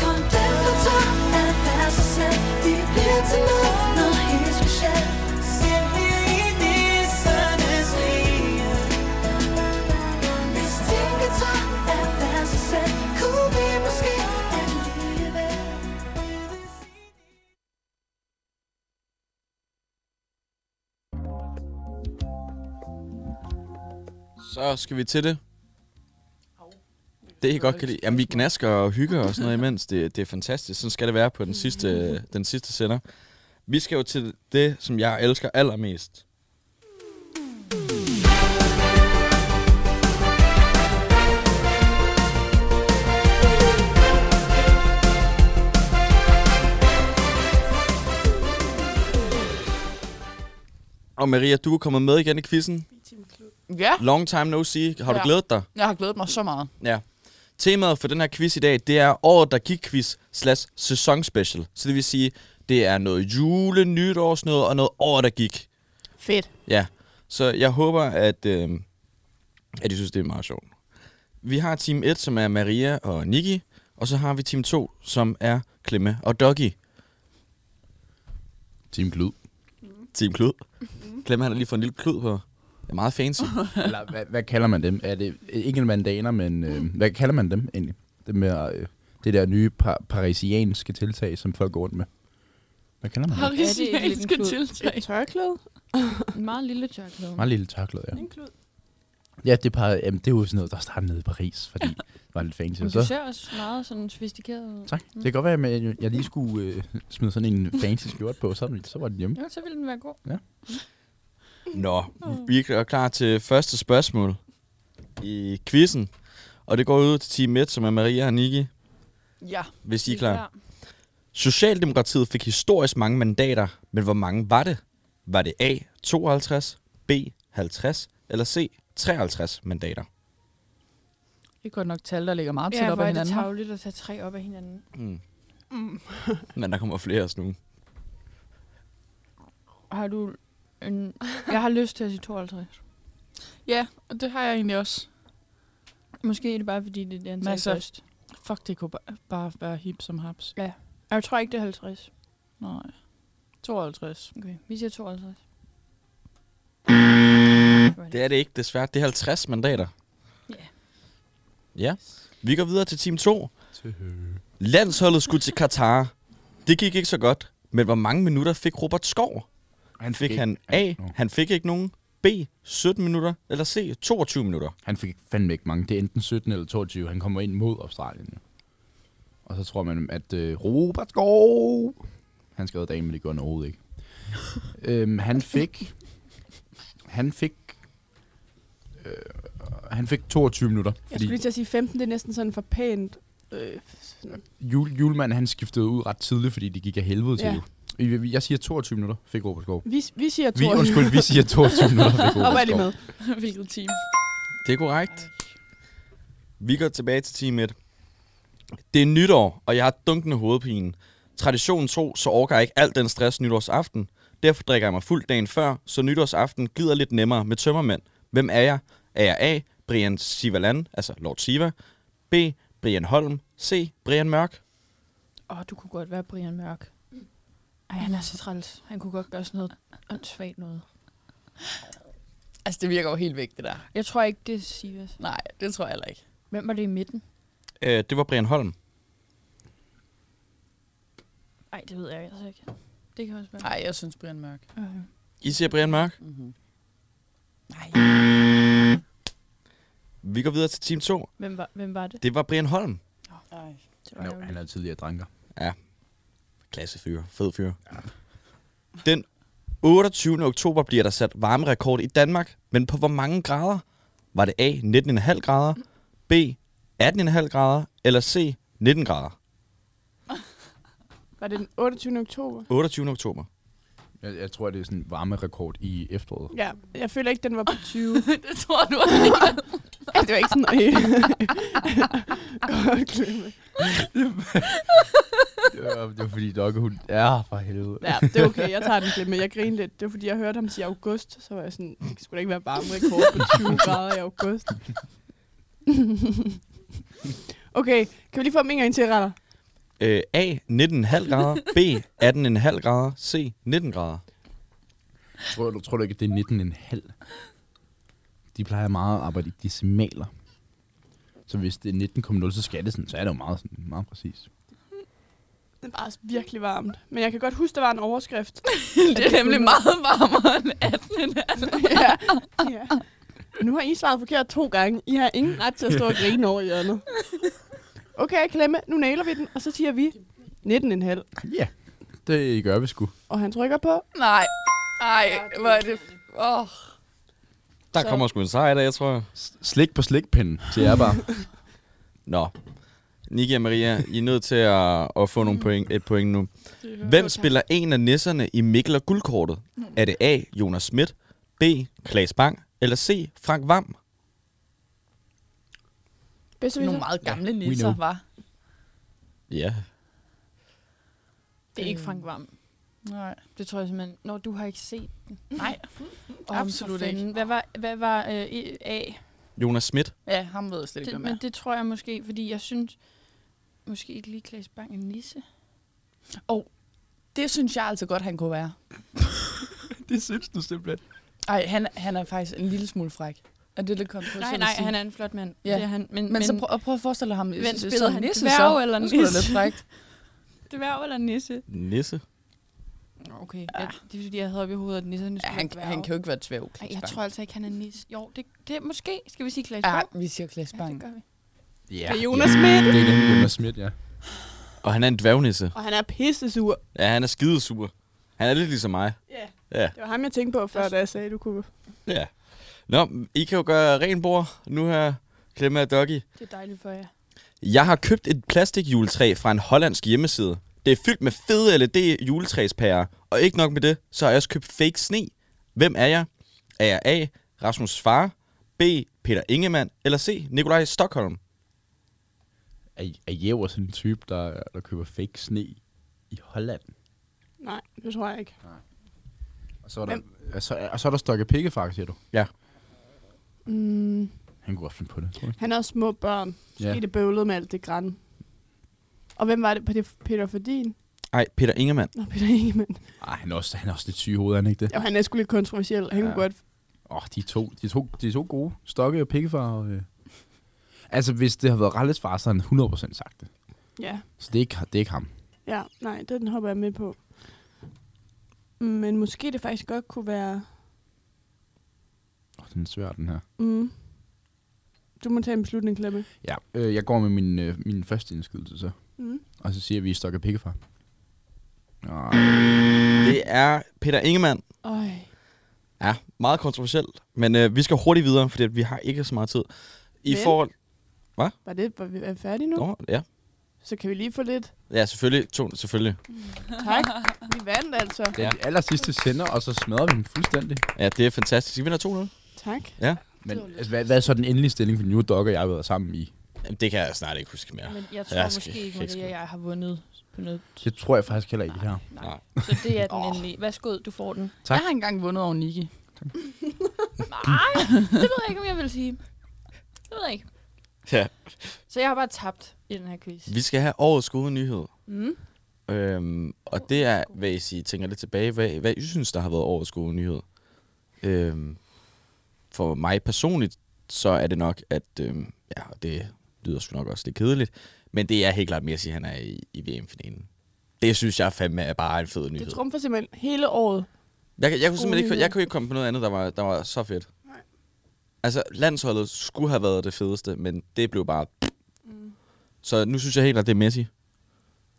Speaker 13: Kom dem du tør at være sig selv De bliver til noget, noget helt specielt Selv her i nissernes rige Hvis ting kan tør at være sig selv Kunne vi måske alligevel
Speaker 2: Så skal vi til det. Det, jeg godt kan lide. Jamen, vi gnasker og hygger og sådan noget imens. Det, det er fantastisk. Sådan skal det være på den sidste, den sidste sender. Vi skal jo til det, som jeg elsker allermest. Og Maria, du er kommet med igen i quizzen.
Speaker 5: Ja.
Speaker 2: Long time no see. Har du
Speaker 5: Ja.
Speaker 2: glædet dig?
Speaker 5: Jeg har glædet mig så meget.
Speaker 2: Ja. Temaet for den her quiz i dag, det er året, der gik quiz slash sæsonspecial. Så det vil sige, det er noget jule, nytårsnød og noget år, der gik.
Speaker 3: Fedt.
Speaker 2: Ja, så jeg håber, at, øh, at I synes, det er meget sjovt. Vi har team 1, som er Maria og Nikki, og så har vi team 2, som er Klemme og Doggy.
Speaker 7: Team Klud.
Speaker 2: Team Klud. Klemme, han har lige fået en lille klud på. Det er meget fancy.
Speaker 7: Eller hvad, hvad kalder man dem? Er det ikke mandaner, men øh, hvad kalder man dem egentlig? Det med øh, det der nye par- parisianske tiltag, som folk går rundt med. Hvad kalder man det?
Speaker 4: Parisianske
Speaker 3: tiltag. Et tørklæde.
Speaker 4: En meget lille tørklæde.
Speaker 7: Meget lille tørklæde, ja.
Speaker 3: En klud.
Speaker 7: Ja, det, par, jamen, det er jo sådan noget, der startede nede i Paris, fordi det var lidt fancy.
Speaker 4: Men
Speaker 7: Og
Speaker 4: du
Speaker 7: så,
Speaker 4: ser også meget sådan sofistikeret ud.
Speaker 7: tak.
Speaker 3: Mm.
Speaker 7: Det kan godt være, at jeg- jeg lige skulle øh, smide sådan en fancy skjort på, så, så var den hjemme.
Speaker 4: Ja, så ville den være god.
Speaker 7: Ja.
Speaker 2: Nå, vi er klar til første spørgsmål i quizzen. Og det går ud til Team 1, som er Maria og Niki,
Speaker 5: Ja.
Speaker 2: hvis I er klar. Socialdemokratiet fik historisk mange mandater, men hvor mange var det? Var det A, 52, B, 50 eller C, 53 mandater?
Speaker 5: Det er godt nok tal, der ligger meget tæt
Speaker 4: Ja,
Speaker 5: op
Speaker 4: hvor
Speaker 5: ad
Speaker 4: er det
Speaker 5: hinanden.
Speaker 4: tavligt at tage tre op af hinanden.
Speaker 2: Mm.
Speaker 4: Mm.
Speaker 2: Men der kommer flere også nu.
Speaker 4: Har du en... Jeg har lyst til at sige 52.
Speaker 5: Ja, og det har jeg egentlig også.
Speaker 4: Måske er det bare, fordi det er det, han sagde
Speaker 5: Masser.
Speaker 4: først.
Speaker 5: Fuck, det kunne ba- bare være hip som haps.
Speaker 4: Ja. Jeg tror ikke, det er 50.
Speaker 5: Nej. 52.
Speaker 4: Okay, vi siger 52.
Speaker 2: Det er det ikke, desværre. Det er 50 mandater.
Speaker 4: Ja.
Speaker 2: Ja. Vi går videre til Team 2. Landsholdet skulle til Katar. Det gik ikke så godt. Men hvor mange minutter fik Robert Skov?
Speaker 7: Han
Speaker 2: fik
Speaker 7: fik
Speaker 2: han A, han fik ikke nogen. B, 17 minutter. Eller C, 22 minutter.
Speaker 7: Han fik fandme ikke mange. Det er enten 17 eller 22. Han kommer ind mod Australien. jo. Og så tror man, at øh, Robert Skov... Han skrev dagen, men det gør han overhovedet ikke. øhm, han fik... Han fik... Øh, han fik 22 minutter.
Speaker 3: Jeg skulle lige til at sige 15, det er næsten sådan for pænt. Øh, sådan.
Speaker 7: Jul, julemanden, han skiftede ud ret tidligt, fordi det gik af helvede til
Speaker 3: Ja.
Speaker 7: ja. jo. Jeg siger 22 minutter, fik Robert Skov.
Speaker 3: Vi, vi siger
Speaker 7: Vi,
Speaker 3: 22.
Speaker 7: undskyld, vi siger 22 minutter, fik
Speaker 3: Og
Speaker 7: Robert
Speaker 3: hvad er det med?
Speaker 7: Skov.
Speaker 5: Hvilket team?
Speaker 2: Det er korrekt. Vi går tilbage til Team 1. Det er nytår, og jeg har dunkende hovedpine. Traditionen tro, så orker jeg ikke alt den stress nytårsaften. Derfor drikker jeg mig fuld dagen før, så nytårsaften glider lidt nemmere med tømmermænd. Hvem er jeg? Er jeg A. Brian Sivalan, altså Lord Siva. B. Brian Holm. C. Brian Mørk.
Speaker 4: Åh, oh, du kunne godt være Brian Mørk. Ej, han er så træls. Han kunne godt gøre sådan noget åndssvagt noget.
Speaker 5: Altså, det virker jo helt væk, det der.
Speaker 4: Jeg tror ikke, det er Sivas.
Speaker 5: Nej, det tror jeg heller ikke.
Speaker 4: Hvem var det i midten?
Speaker 2: Øh, det var Brian Holm.
Speaker 4: Nej, det ved jeg altså ikke. Det kan også være.
Speaker 5: Nej, jeg synes Brian Mørk.
Speaker 4: Okay.
Speaker 2: I siger Brian Mørk?
Speaker 5: Mm-hmm.
Speaker 2: Vi går videre til Team 2.
Speaker 4: Hvem, var, hvem var det?
Speaker 2: Det var Brian Holm.
Speaker 5: Nej.
Speaker 4: Det
Speaker 7: Han er- Han er tidligere dranker.
Speaker 2: Ja. Klasse fyr. Fed fyr. Ja. Den 28. oktober bliver der sat varmerekord i Danmark, men på hvor mange grader? Var det A, 19,5 grader, B, 18,5 grader, eller C, 19 grader?
Speaker 3: Var det den 28. oktober?
Speaker 2: 28. oktober.
Speaker 7: Jeg, jeg tror, det er sådan en varmerekord i efteråret.
Speaker 3: Ja, jeg føler ikke, den var på 20.
Speaker 5: det tror du ikke.
Speaker 3: ja, det var ikke sådan noget. Godt klemme.
Speaker 7: Det var, det var fordi Dokke, hun er for helvede.
Speaker 3: Ja, det er okay, jeg tager den klemme. Jeg griner lidt. Det var fordi, jeg hørte ham sige august, så var jeg sådan, det skulle da ikke være varme rekord på 20 grader i august. okay, kan vi lige få dem en gang til, Renner?
Speaker 2: Øh, A, 19,5 grader, B, 18,5 grader, C, 19 grader.
Speaker 7: Tror du, tror du ikke, det er 19,5? De plejer meget at arbejde i decimaler. Så hvis det er 19,0, så skal det sådan, så er det jo meget, sådan, meget præcis.
Speaker 3: Det var også virkelig varmt. Men jeg kan godt huske, der var en overskrift.
Speaker 5: det er nemlig meget varmere end 18.
Speaker 3: ja. ja. Nu har I svaret forkert to gange. I har ingen ret til at stå og grine over hjørnet. Okay, klemme. Nu nailer vi den, og så siger vi 19,5.
Speaker 7: Ja, det gør vi sgu.
Speaker 3: Og han trykker på.
Speaker 5: Nej. Nej, hvor er det... Åh.
Speaker 2: Der
Speaker 3: Så-
Speaker 2: kommer sgu en sejr der, jeg tror.
Speaker 7: Slik på slikpinden, siger jeg bare.
Speaker 2: Nå. Nicky og Maria, I er nødt til
Speaker 4: Mm. Mm.
Speaker 2: at, at få nogle point, et point nu. Hvem spiller en af nisserne i Mikkel og Guldkortet? Er det A. Jonas Schmidt, B. Klaas Bang, eller C. Frank Vam?
Speaker 5: Bedste Nogle meget gamle ja, nisser,
Speaker 2: know.
Speaker 5: var.
Speaker 2: Ja.
Speaker 4: Det er ikke Frank Vam.
Speaker 5: Øhm. Nej.
Speaker 4: Det tror jeg simpelthen. Nå, du har ikke set den.
Speaker 5: Nej,
Speaker 4: Åh,
Speaker 5: absolut
Speaker 4: for fanden.
Speaker 5: ikke.
Speaker 4: Hvad var, hvad var øh, i- A?
Speaker 2: Jonas Schmidt.
Speaker 5: Ja, ham ved jeg slet ikke,
Speaker 4: det,
Speaker 5: hvem er.
Speaker 4: Men det tror jeg måske, fordi jeg synes, måske ikke lige Klaas Bang er en nisse.
Speaker 5: Og det synes jeg altså godt, han kunne være.
Speaker 7: det synes du simpelthen.
Speaker 5: Ej, han, han er faktisk en lille smule fræk. Er det lidt kontrafaktisk
Speaker 4: Nej,
Speaker 5: at
Speaker 4: nej,
Speaker 5: sige?
Speaker 4: han er en flot mand.
Speaker 5: Ja.
Speaker 4: Det er han, men,
Speaker 5: men, men, så prøv, og prøv at forestille ham,
Speaker 4: Hvem
Speaker 5: s-
Speaker 4: spiller
Speaker 5: som
Speaker 4: han?
Speaker 5: nisse
Speaker 4: Dværg
Speaker 5: så.
Speaker 4: eller
Speaker 5: Det skulle da
Speaker 4: nisse?
Speaker 5: lidt frækt.
Speaker 4: Dværg eller nisse?
Speaker 2: Nisse.
Speaker 4: Okay, ja. det er fordi, jeg havde op i hovedet, at nisserne
Speaker 5: Ja,
Speaker 4: skulle
Speaker 5: han, han kan jo ikke være tvivl,
Speaker 4: Ej, jeg tror altså ikke, han er en nisse. Jo, det, det er måske. Skal vi sige Klaas
Speaker 5: Ja,
Speaker 4: Bang?
Speaker 5: vi siger Klaas Bang.
Speaker 4: Ja, det gør vi.
Speaker 7: Ja.
Speaker 4: Det er Jonas Schmidt.
Speaker 7: Det er nemlig Jonas Schmidt, ja.
Speaker 2: Og han er en dværgnisse.
Speaker 3: Og han er pissesur.
Speaker 2: Ja, han er skidesur. Han er lidt ligesom mig.
Speaker 3: Ja.
Speaker 2: Ja.
Speaker 3: Det var ham, jeg tænkte på før, da jeg sagde, du kunne...
Speaker 2: Ja. Nå, I kan jo gøre ren bord nu her, Klemme og Doggy.
Speaker 4: Det er dejligt for jer.
Speaker 2: Jeg har købt et plastikjuletræ fra en hollandsk hjemmeside. Det er fyldt med fede LED juletræspærer, og ikke nok med det, så har jeg også købt fake sne. Hvem er jeg? Er jeg A. Rasmus Far, B. Peter Ingemann, eller C. Nikolaj Stockholm?
Speaker 7: Er, er Jæver sådan en type, der, der køber fake sne i Holland?
Speaker 3: Nej, det tror jeg ikke.
Speaker 7: Nej. Og så er der, og så, og så er der Stokke Pikkefar, siger du?
Speaker 2: Ja.
Speaker 3: Mm,
Speaker 7: Han kunne godt finde på det, tror jeg.
Speaker 3: han har også små børn. Måske
Speaker 7: Ja.
Speaker 3: det bøvlede med alt det græn. Og hvem var det? Var det Peter Fordin?
Speaker 2: Nej, Peter Ingemann.
Speaker 3: Nå, Peter Ingemann.
Speaker 7: Ej, han er også, han er også lidt syg i hovedet, er han ikke det?
Speaker 3: Jo, han er sgu lidt kontroversiel. Han ja. kunne
Speaker 7: Ja.
Speaker 3: godt...
Speaker 7: Åh, oh, de, er to, de, er to, de er to gode. Stokke og Pikkefar. Og, øh. Altså, hvis det har været Ralles far, så har han 100% sagt det.
Speaker 3: Ja.
Speaker 7: Så det er ikke, det er ikke ham.
Speaker 3: Ja, nej, den hopper jeg med på. Men måske det faktisk godt kunne være...
Speaker 7: Åh, oh, den er svær, den her.
Speaker 3: Mm, du må tage en beslutning, Klemme.
Speaker 7: Ja, øh, jeg går med min, øh, min første indskydelse så.
Speaker 3: Mm.
Speaker 7: Og så siger vi Stokke Pikkefar. Oh.
Speaker 2: Det er Peter Ingemann.
Speaker 3: Øj.
Speaker 2: Ja, meget kontroversielt. Men øh, vi skal hurtigt videre, fordi at vi har ikke så meget tid. I
Speaker 3: Men-
Speaker 2: forhold... Hvad?
Speaker 3: Var det, var vi er vi færdige nu?
Speaker 2: Nå, ja.
Speaker 3: Så kan vi lige få lidt.
Speaker 2: Ja, selvfølgelig. To, selvfølgelig.
Speaker 3: Tak. Vi vandt altså.
Speaker 7: Det er de aller sidste sender, og så smadrer vi dem fuldstændig.
Speaker 2: Ja, det er fantastisk. Vi vinder 2-0.
Speaker 3: Tak.
Speaker 2: Ja.
Speaker 7: Men altså, hvad, hvad er så den endelige stilling, for nu er Doc og jeg har været sammen i?
Speaker 2: Det kan jeg snart ikke huske mere.
Speaker 4: Men jeg tror måske ikke, Maria, jeg har vundet på noget.
Speaker 7: Det tror jeg faktisk heller ikke, jeg har.
Speaker 2: Nej.
Speaker 4: Så det er den endelige. Værsgo, du får den.
Speaker 7: Tak.
Speaker 5: Jeg har engang vundet over Niki.
Speaker 4: Nej, det ved jeg ikke, om jeg vil sige. Det ved jeg ikke.
Speaker 2: Ja.
Speaker 4: Så jeg har bare tabt i den her quiz.
Speaker 2: Vi skal have årets gode nyhed.
Speaker 4: Mm.
Speaker 2: Øhm, og det er, hvad I siger, tænker lidt tilbage, hvad, hvad I synes, der har været årets gode nyhed. Øhm, for mig personligt, så er det nok, at øhm, ja, og det lyder sgu nok også lidt kedeligt, men det er helt klart Messi, han er i, i VM-finalen. Det synes jeg fandme er bare en fed nyhed.
Speaker 3: Det trumfer simpelthen hele året.
Speaker 2: Jeg, jeg, jeg kunne
Speaker 3: Gode
Speaker 2: simpelthen ikke,
Speaker 3: nyheder.
Speaker 2: jeg kunne ikke komme på noget andet, der var, der var så fedt. Nej. Altså, landsholdet skulle have været det fedeste, men det blev bare... Mm. Så nu synes jeg helt klart, det er Messi.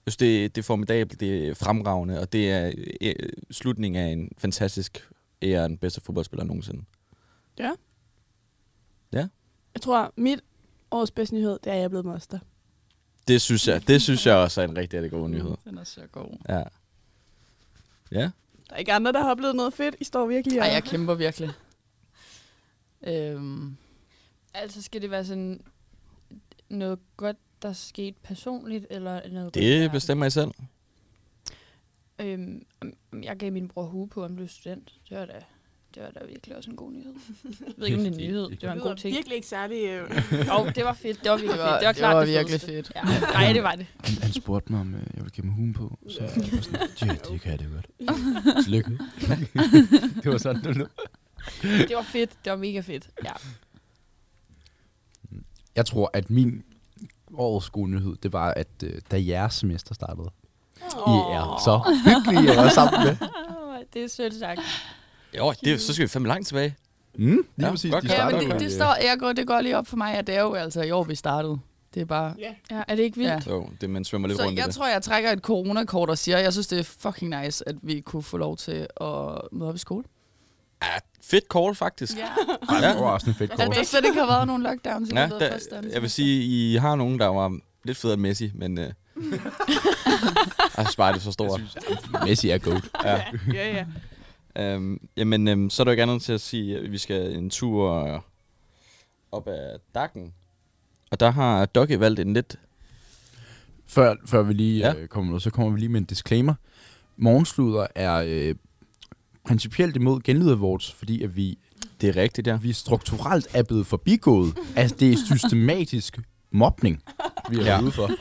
Speaker 2: Jeg synes, det, det er formidabelt, det er fremragende, og det er øh, slutningen af en fantastisk ære af den bedste fodboldspiller nogensinde.
Speaker 3: Ja.
Speaker 2: Ja.
Speaker 3: Jeg tror, mit årets bedste nyhed, det er, at jeg er blevet master.
Speaker 2: Det synes jeg, det synes jeg også er en rigtig, rigtig god nyhed.
Speaker 5: Den er så god.
Speaker 2: Ja. Ja.
Speaker 3: Der er ikke andre, der har oplevet noget fedt. I står virkelig
Speaker 5: Ej, jeg kæmper virkelig. Øhm,
Speaker 4: Altså, skal det være sådan noget godt, der skete personligt, eller noget godt,
Speaker 2: Det
Speaker 4: der-
Speaker 2: bestemmer jeg selv.
Speaker 4: Øhm, om- om jeg gav min bror hue på, at han blev student. Det var da, det var da virkelig også en god nyhed. Jeg ved ikke, om det er en nyhed. Det var en god ting.
Speaker 3: virkelig ikke særlig... Øh...
Speaker 4: Jo, det var fedt. Det var virkelig
Speaker 5: Det var-
Speaker 4: fedt. Det var
Speaker 5: det
Speaker 4: klart
Speaker 5: var
Speaker 4: det
Speaker 5: virkelig
Speaker 4: fedeste.
Speaker 5: fedt.
Speaker 4: Ja. Nej, det var det.
Speaker 7: Han, han spurgte mig, om øh, jeg ville give mig huen på. Så jeg var sådan, ja, det kan jeg det godt. Tillykke. det var sådan, det lød.
Speaker 4: Det var fedt. Det var mega fedt. Ja.
Speaker 7: Jeg tror, at min årets gode nyhed, det var, at øh, da jeres semester startede, oh. I er så hyggelige at være sammen med.
Speaker 4: det er sødt sagt.
Speaker 2: Jo, det, så skal vi fandme langt tilbage.
Speaker 7: Mm,
Speaker 2: lige ja,
Speaker 7: præcis,
Speaker 2: Godt,
Speaker 7: de
Speaker 5: ja, men
Speaker 2: klaret.
Speaker 5: det, det,
Speaker 7: øh,
Speaker 5: står, jeg går, det går lige op for mig, at det er jo altså i år, vi startede. Det er bare...
Speaker 3: Ja,
Speaker 4: ja er det ikke vildt?
Speaker 2: Jo, det, man svømmer lidt
Speaker 5: Så
Speaker 2: rundt i
Speaker 5: jeg
Speaker 2: det.
Speaker 5: tror, jeg trækker et coronakort og siger, at jeg synes, det er fucking nice, at vi kunne få lov til at møde op i skole.
Speaker 2: Ja, fedt call, faktisk.
Speaker 5: Ja.
Speaker 7: Ej, det var også en fedt
Speaker 5: At
Speaker 7: kort.
Speaker 5: der slet ikke har været nogen lockdowns i
Speaker 2: Ja,
Speaker 5: løbet af
Speaker 2: der,
Speaker 5: første og andet
Speaker 2: jeg vil
Speaker 5: semester.
Speaker 2: sige, I har nogen, der var lidt federe end Messi, men øh, jeg sparer det så stort.
Speaker 7: Messi er god.
Speaker 2: Ja.
Speaker 3: ja, ja.
Speaker 2: Øhm, jamen, øhm, så er der jo ikke andet til at sige, at vi skal en tur øh, op ad Dakken. Og der har Dokke valgt en lidt...
Speaker 7: Før, før vi lige ja. øh, kommer med, så kommer vi lige med en disclaimer. Morgensluder er øh, principielt imod genlyd awards, fordi at vi...
Speaker 2: Det er rigtigt, ja.
Speaker 7: Vi strukturelt er blevet forbigået. altså, det er systematisk mobning, vi er
Speaker 2: Ja.
Speaker 7: ja. ude for.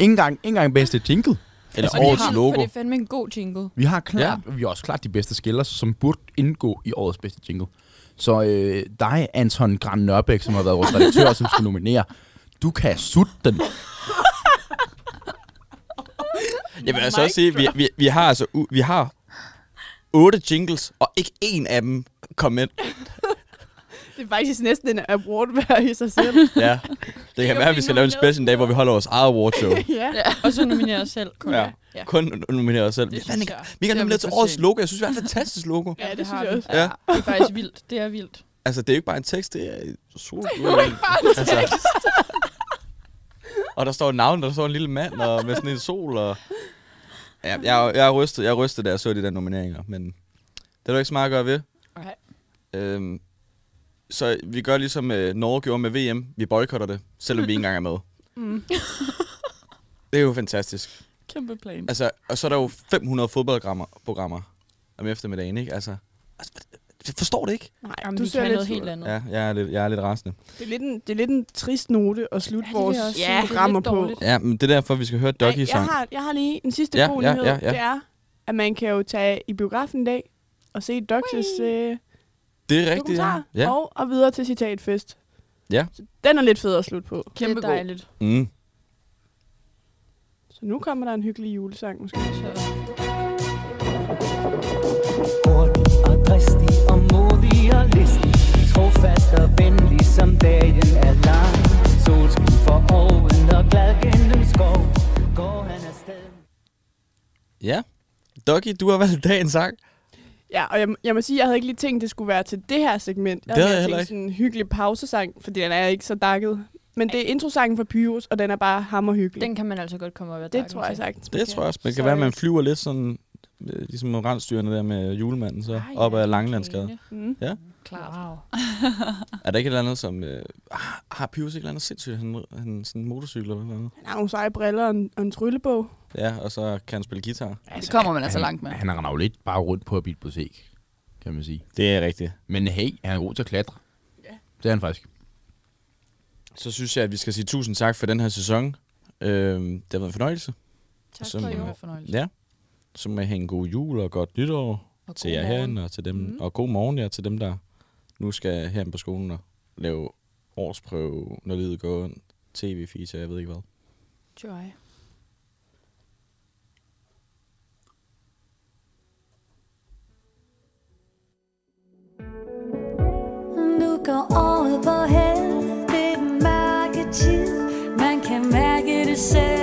Speaker 7: Ingen gang, ikke engang bedste jingle. Altså,
Speaker 4: Og det er ham, For det er fandme en god jingle.
Speaker 7: Vi har klart, ja. vi har også klart de bedste skiller, som burde indgå i årets bedste jingle. Så øh, dig, Anton Gram Nørbæk, som har været vores redaktør, som skulle nominere, du kan sutte den.
Speaker 2: Jeg vil altså også sige, vi, vi, vi har altså... U- vi har otte jingles, og ikke en af dem kom ind.
Speaker 3: Det er faktisk næsten en award hver i sig selv.
Speaker 2: Ja. Det kan være, at vi skal lave en special dag, hvor vi holder vores eget awardshow.
Speaker 3: ja.
Speaker 4: ja. Og så nominerer os selv. Kun.
Speaker 2: Ja.
Speaker 4: Ja.
Speaker 2: Kun nominere os selv.
Speaker 4: Det
Speaker 2: Det
Speaker 4: synes jeg.
Speaker 2: vi
Speaker 4: Det
Speaker 2: kan
Speaker 4: er
Speaker 2: nominere
Speaker 4: lidt
Speaker 2: til
Speaker 4: for
Speaker 2: årets
Speaker 4: sent.
Speaker 2: logo. Jeg synes, vi har et fantastisk logo.
Speaker 4: Ja, det, det
Speaker 3: synes
Speaker 4: har
Speaker 3: jeg
Speaker 4: vi.
Speaker 3: også.
Speaker 4: Ja.
Speaker 2: Ja.
Speaker 4: Det er faktisk vildt. Det er vildt.
Speaker 2: Altså, det er jo ikke bare en tekst, det er sol. Altså.
Speaker 4: Det er jo ikke bare en tekst.
Speaker 2: og der står et navn, og der står en lille mand, og med sådan en sol, og... Ja, jeg, jeg, er rystet, jeg er rystet, da jeg så de der nomineringer, men det er der ikke så meget at gøre ved.
Speaker 4: Nej.
Speaker 2: Øhm, så vi gør ligesom øh, Norge gjorde med VM. Vi boykotter det, selvom vi ikke engang er med.
Speaker 4: Mm.
Speaker 2: Det er jo fantastisk.
Speaker 5: Kæmpe plan.
Speaker 2: Altså, og så er der jo 500 fodboldprogrammer programmer om eftermiddagen, ikke? Altså, altså jeg forstår det ikke.
Speaker 3: Nej,
Speaker 4: Jamen,
Speaker 3: du
Speaker 4: vi
Speaker 3: ser
Speaker 4: kan
Speaker 3: lidt
Speaker 4: noget
Speaker 3: sur
Speaker 4: helt andet.
Speaker 2: Ja, jeg er lidt, jeg er lidt rasende.
Speaker 3: Det er lidt en, det er lidt en trist note at slutte
Speaker 4: Ja, det vil
Speaker 3: vores
Speaker 4: jeg også sige. Det er
Speaker 3: ja,
Speaker 4: lidt
Speaker 3: programmer på.
Speaker 4: dårligt.
Speaker 2: Ja, men det er derfor, vi skal høre
Speaker 3: Ej,
Speaker 2: Doggy
Speaker 3: jeg,
Speaker 2: sang.
Speaker 3: har, jeg har lige en sidste
Speaker 2: Ja,
Speaker 3: god
Speaker 2: ja,
Speaker 3: nyhed.
Speaker 2: ja, ja.
Speaker 3: Det er, at man kan jo tage i biografen i dag og se Doxys øh,
Speaker 2: Det er rigtigt, ja.
Speaker 3: dokumentar
Speaker 2: ja.
Speaker 3: og, og videre til citatfest.
Speaker 2: Ja.
Speaker 3: Så den er lidt fed at slutte på.
Speaker 4: Kæmpe det er dejligt.
Speaker 2: Mm.
Speaker 3: Så nu kommer der en hyggelig julesang måske.
Speaker 14: dristig og modig og listig Trofast og venlig som dagen er lang Solskin for oven og glad gennem skov Går han afsted
Speaker 2: Ja. Doggy, du har valgt dagens sang.
Speaker 3: Ja, og jeg, jeg må sige, jeg havde ikke lige tænkt, det skulle være til det her segment. Jeg
Speaker 2: Det
Speaker 3: havde
Speaker 2: havde
Speaker 3: mere
Speaker 2: jeg
Speaker 3: tænkt
Speaker 2: heller
Speaker 3: sådan en hyggelig pausesang, fordi den er ikke så dakket. Men det er introsangen fra Pyrus, og den er bare hammerhyggelig.
Speaker 4: Den kan man altså godt komme op ad
Speaker 3: Det tror jeg sagtens.
Speaker 2: Det tror jeg også. Det kan
Speaker 3: Så-
Speaker 2: være, at man flyver lidt sådan, øh, ligesom rensdyrene der med julemanden, så
Speaker 4: Ah, ja,
Speaker 2: op ad Langelandsgade.
Speaker 3: Mm.
Speaker 2: Ja.
Speaker 4: Klart. Wow.
Speaker 2: Er der ikke et eller andet, som... Øh, har- har Pius ikke et eller andet sindssygt? Han, han sådan en motorcykel eller noget?
Speaker 3: Han har nogle seje briller og en, og en tryllebog.
Speaker 2: Ja, og så kan han spille guitar.
Speaker 5: Det kommer man altså
Speaker 7: han,
Speaker 5: langt med.
Speaker 7: Han render jo lidt bare rundt på et bibliotek, kan man sige.
Speaker 2: Det er rigtigt.
Speaker 7: Men hey, han er god til at klatre. Ja. Det er han faktisk.
Speaker 2: Så synes jeg, at vi skal sige tusind tak for den her sæson. Øhm, det har været en fornøjelse.
Speaker 4: Tak
Speaker 2: så
Speaker 4: for
Speaker 2: må
Speaker 4: i år.
Speaker 2: jeg-
Speaker 4: Fornøjelse.
Speaker 2: Ja. Så må jeg have en god jul og godt nytår
Speaker 4: Og
Speaker 2: og til
Speaker 4: god
Speaker 2: jer
Speaker 4: morgen.
Speaker 2: herinde, og, til dem,
Speaker 4: Mm.
Speaker 2: mm. og god morgen ja, til dem, der nu skal herinde på skolen og lave årsprøve, når livet går ondt, tv-feature, jeg ved ikke hvad.
Speaker 4: Joy.
Speaker 13: Nu går året på held, det er den mørke tid Man kan mærke det selv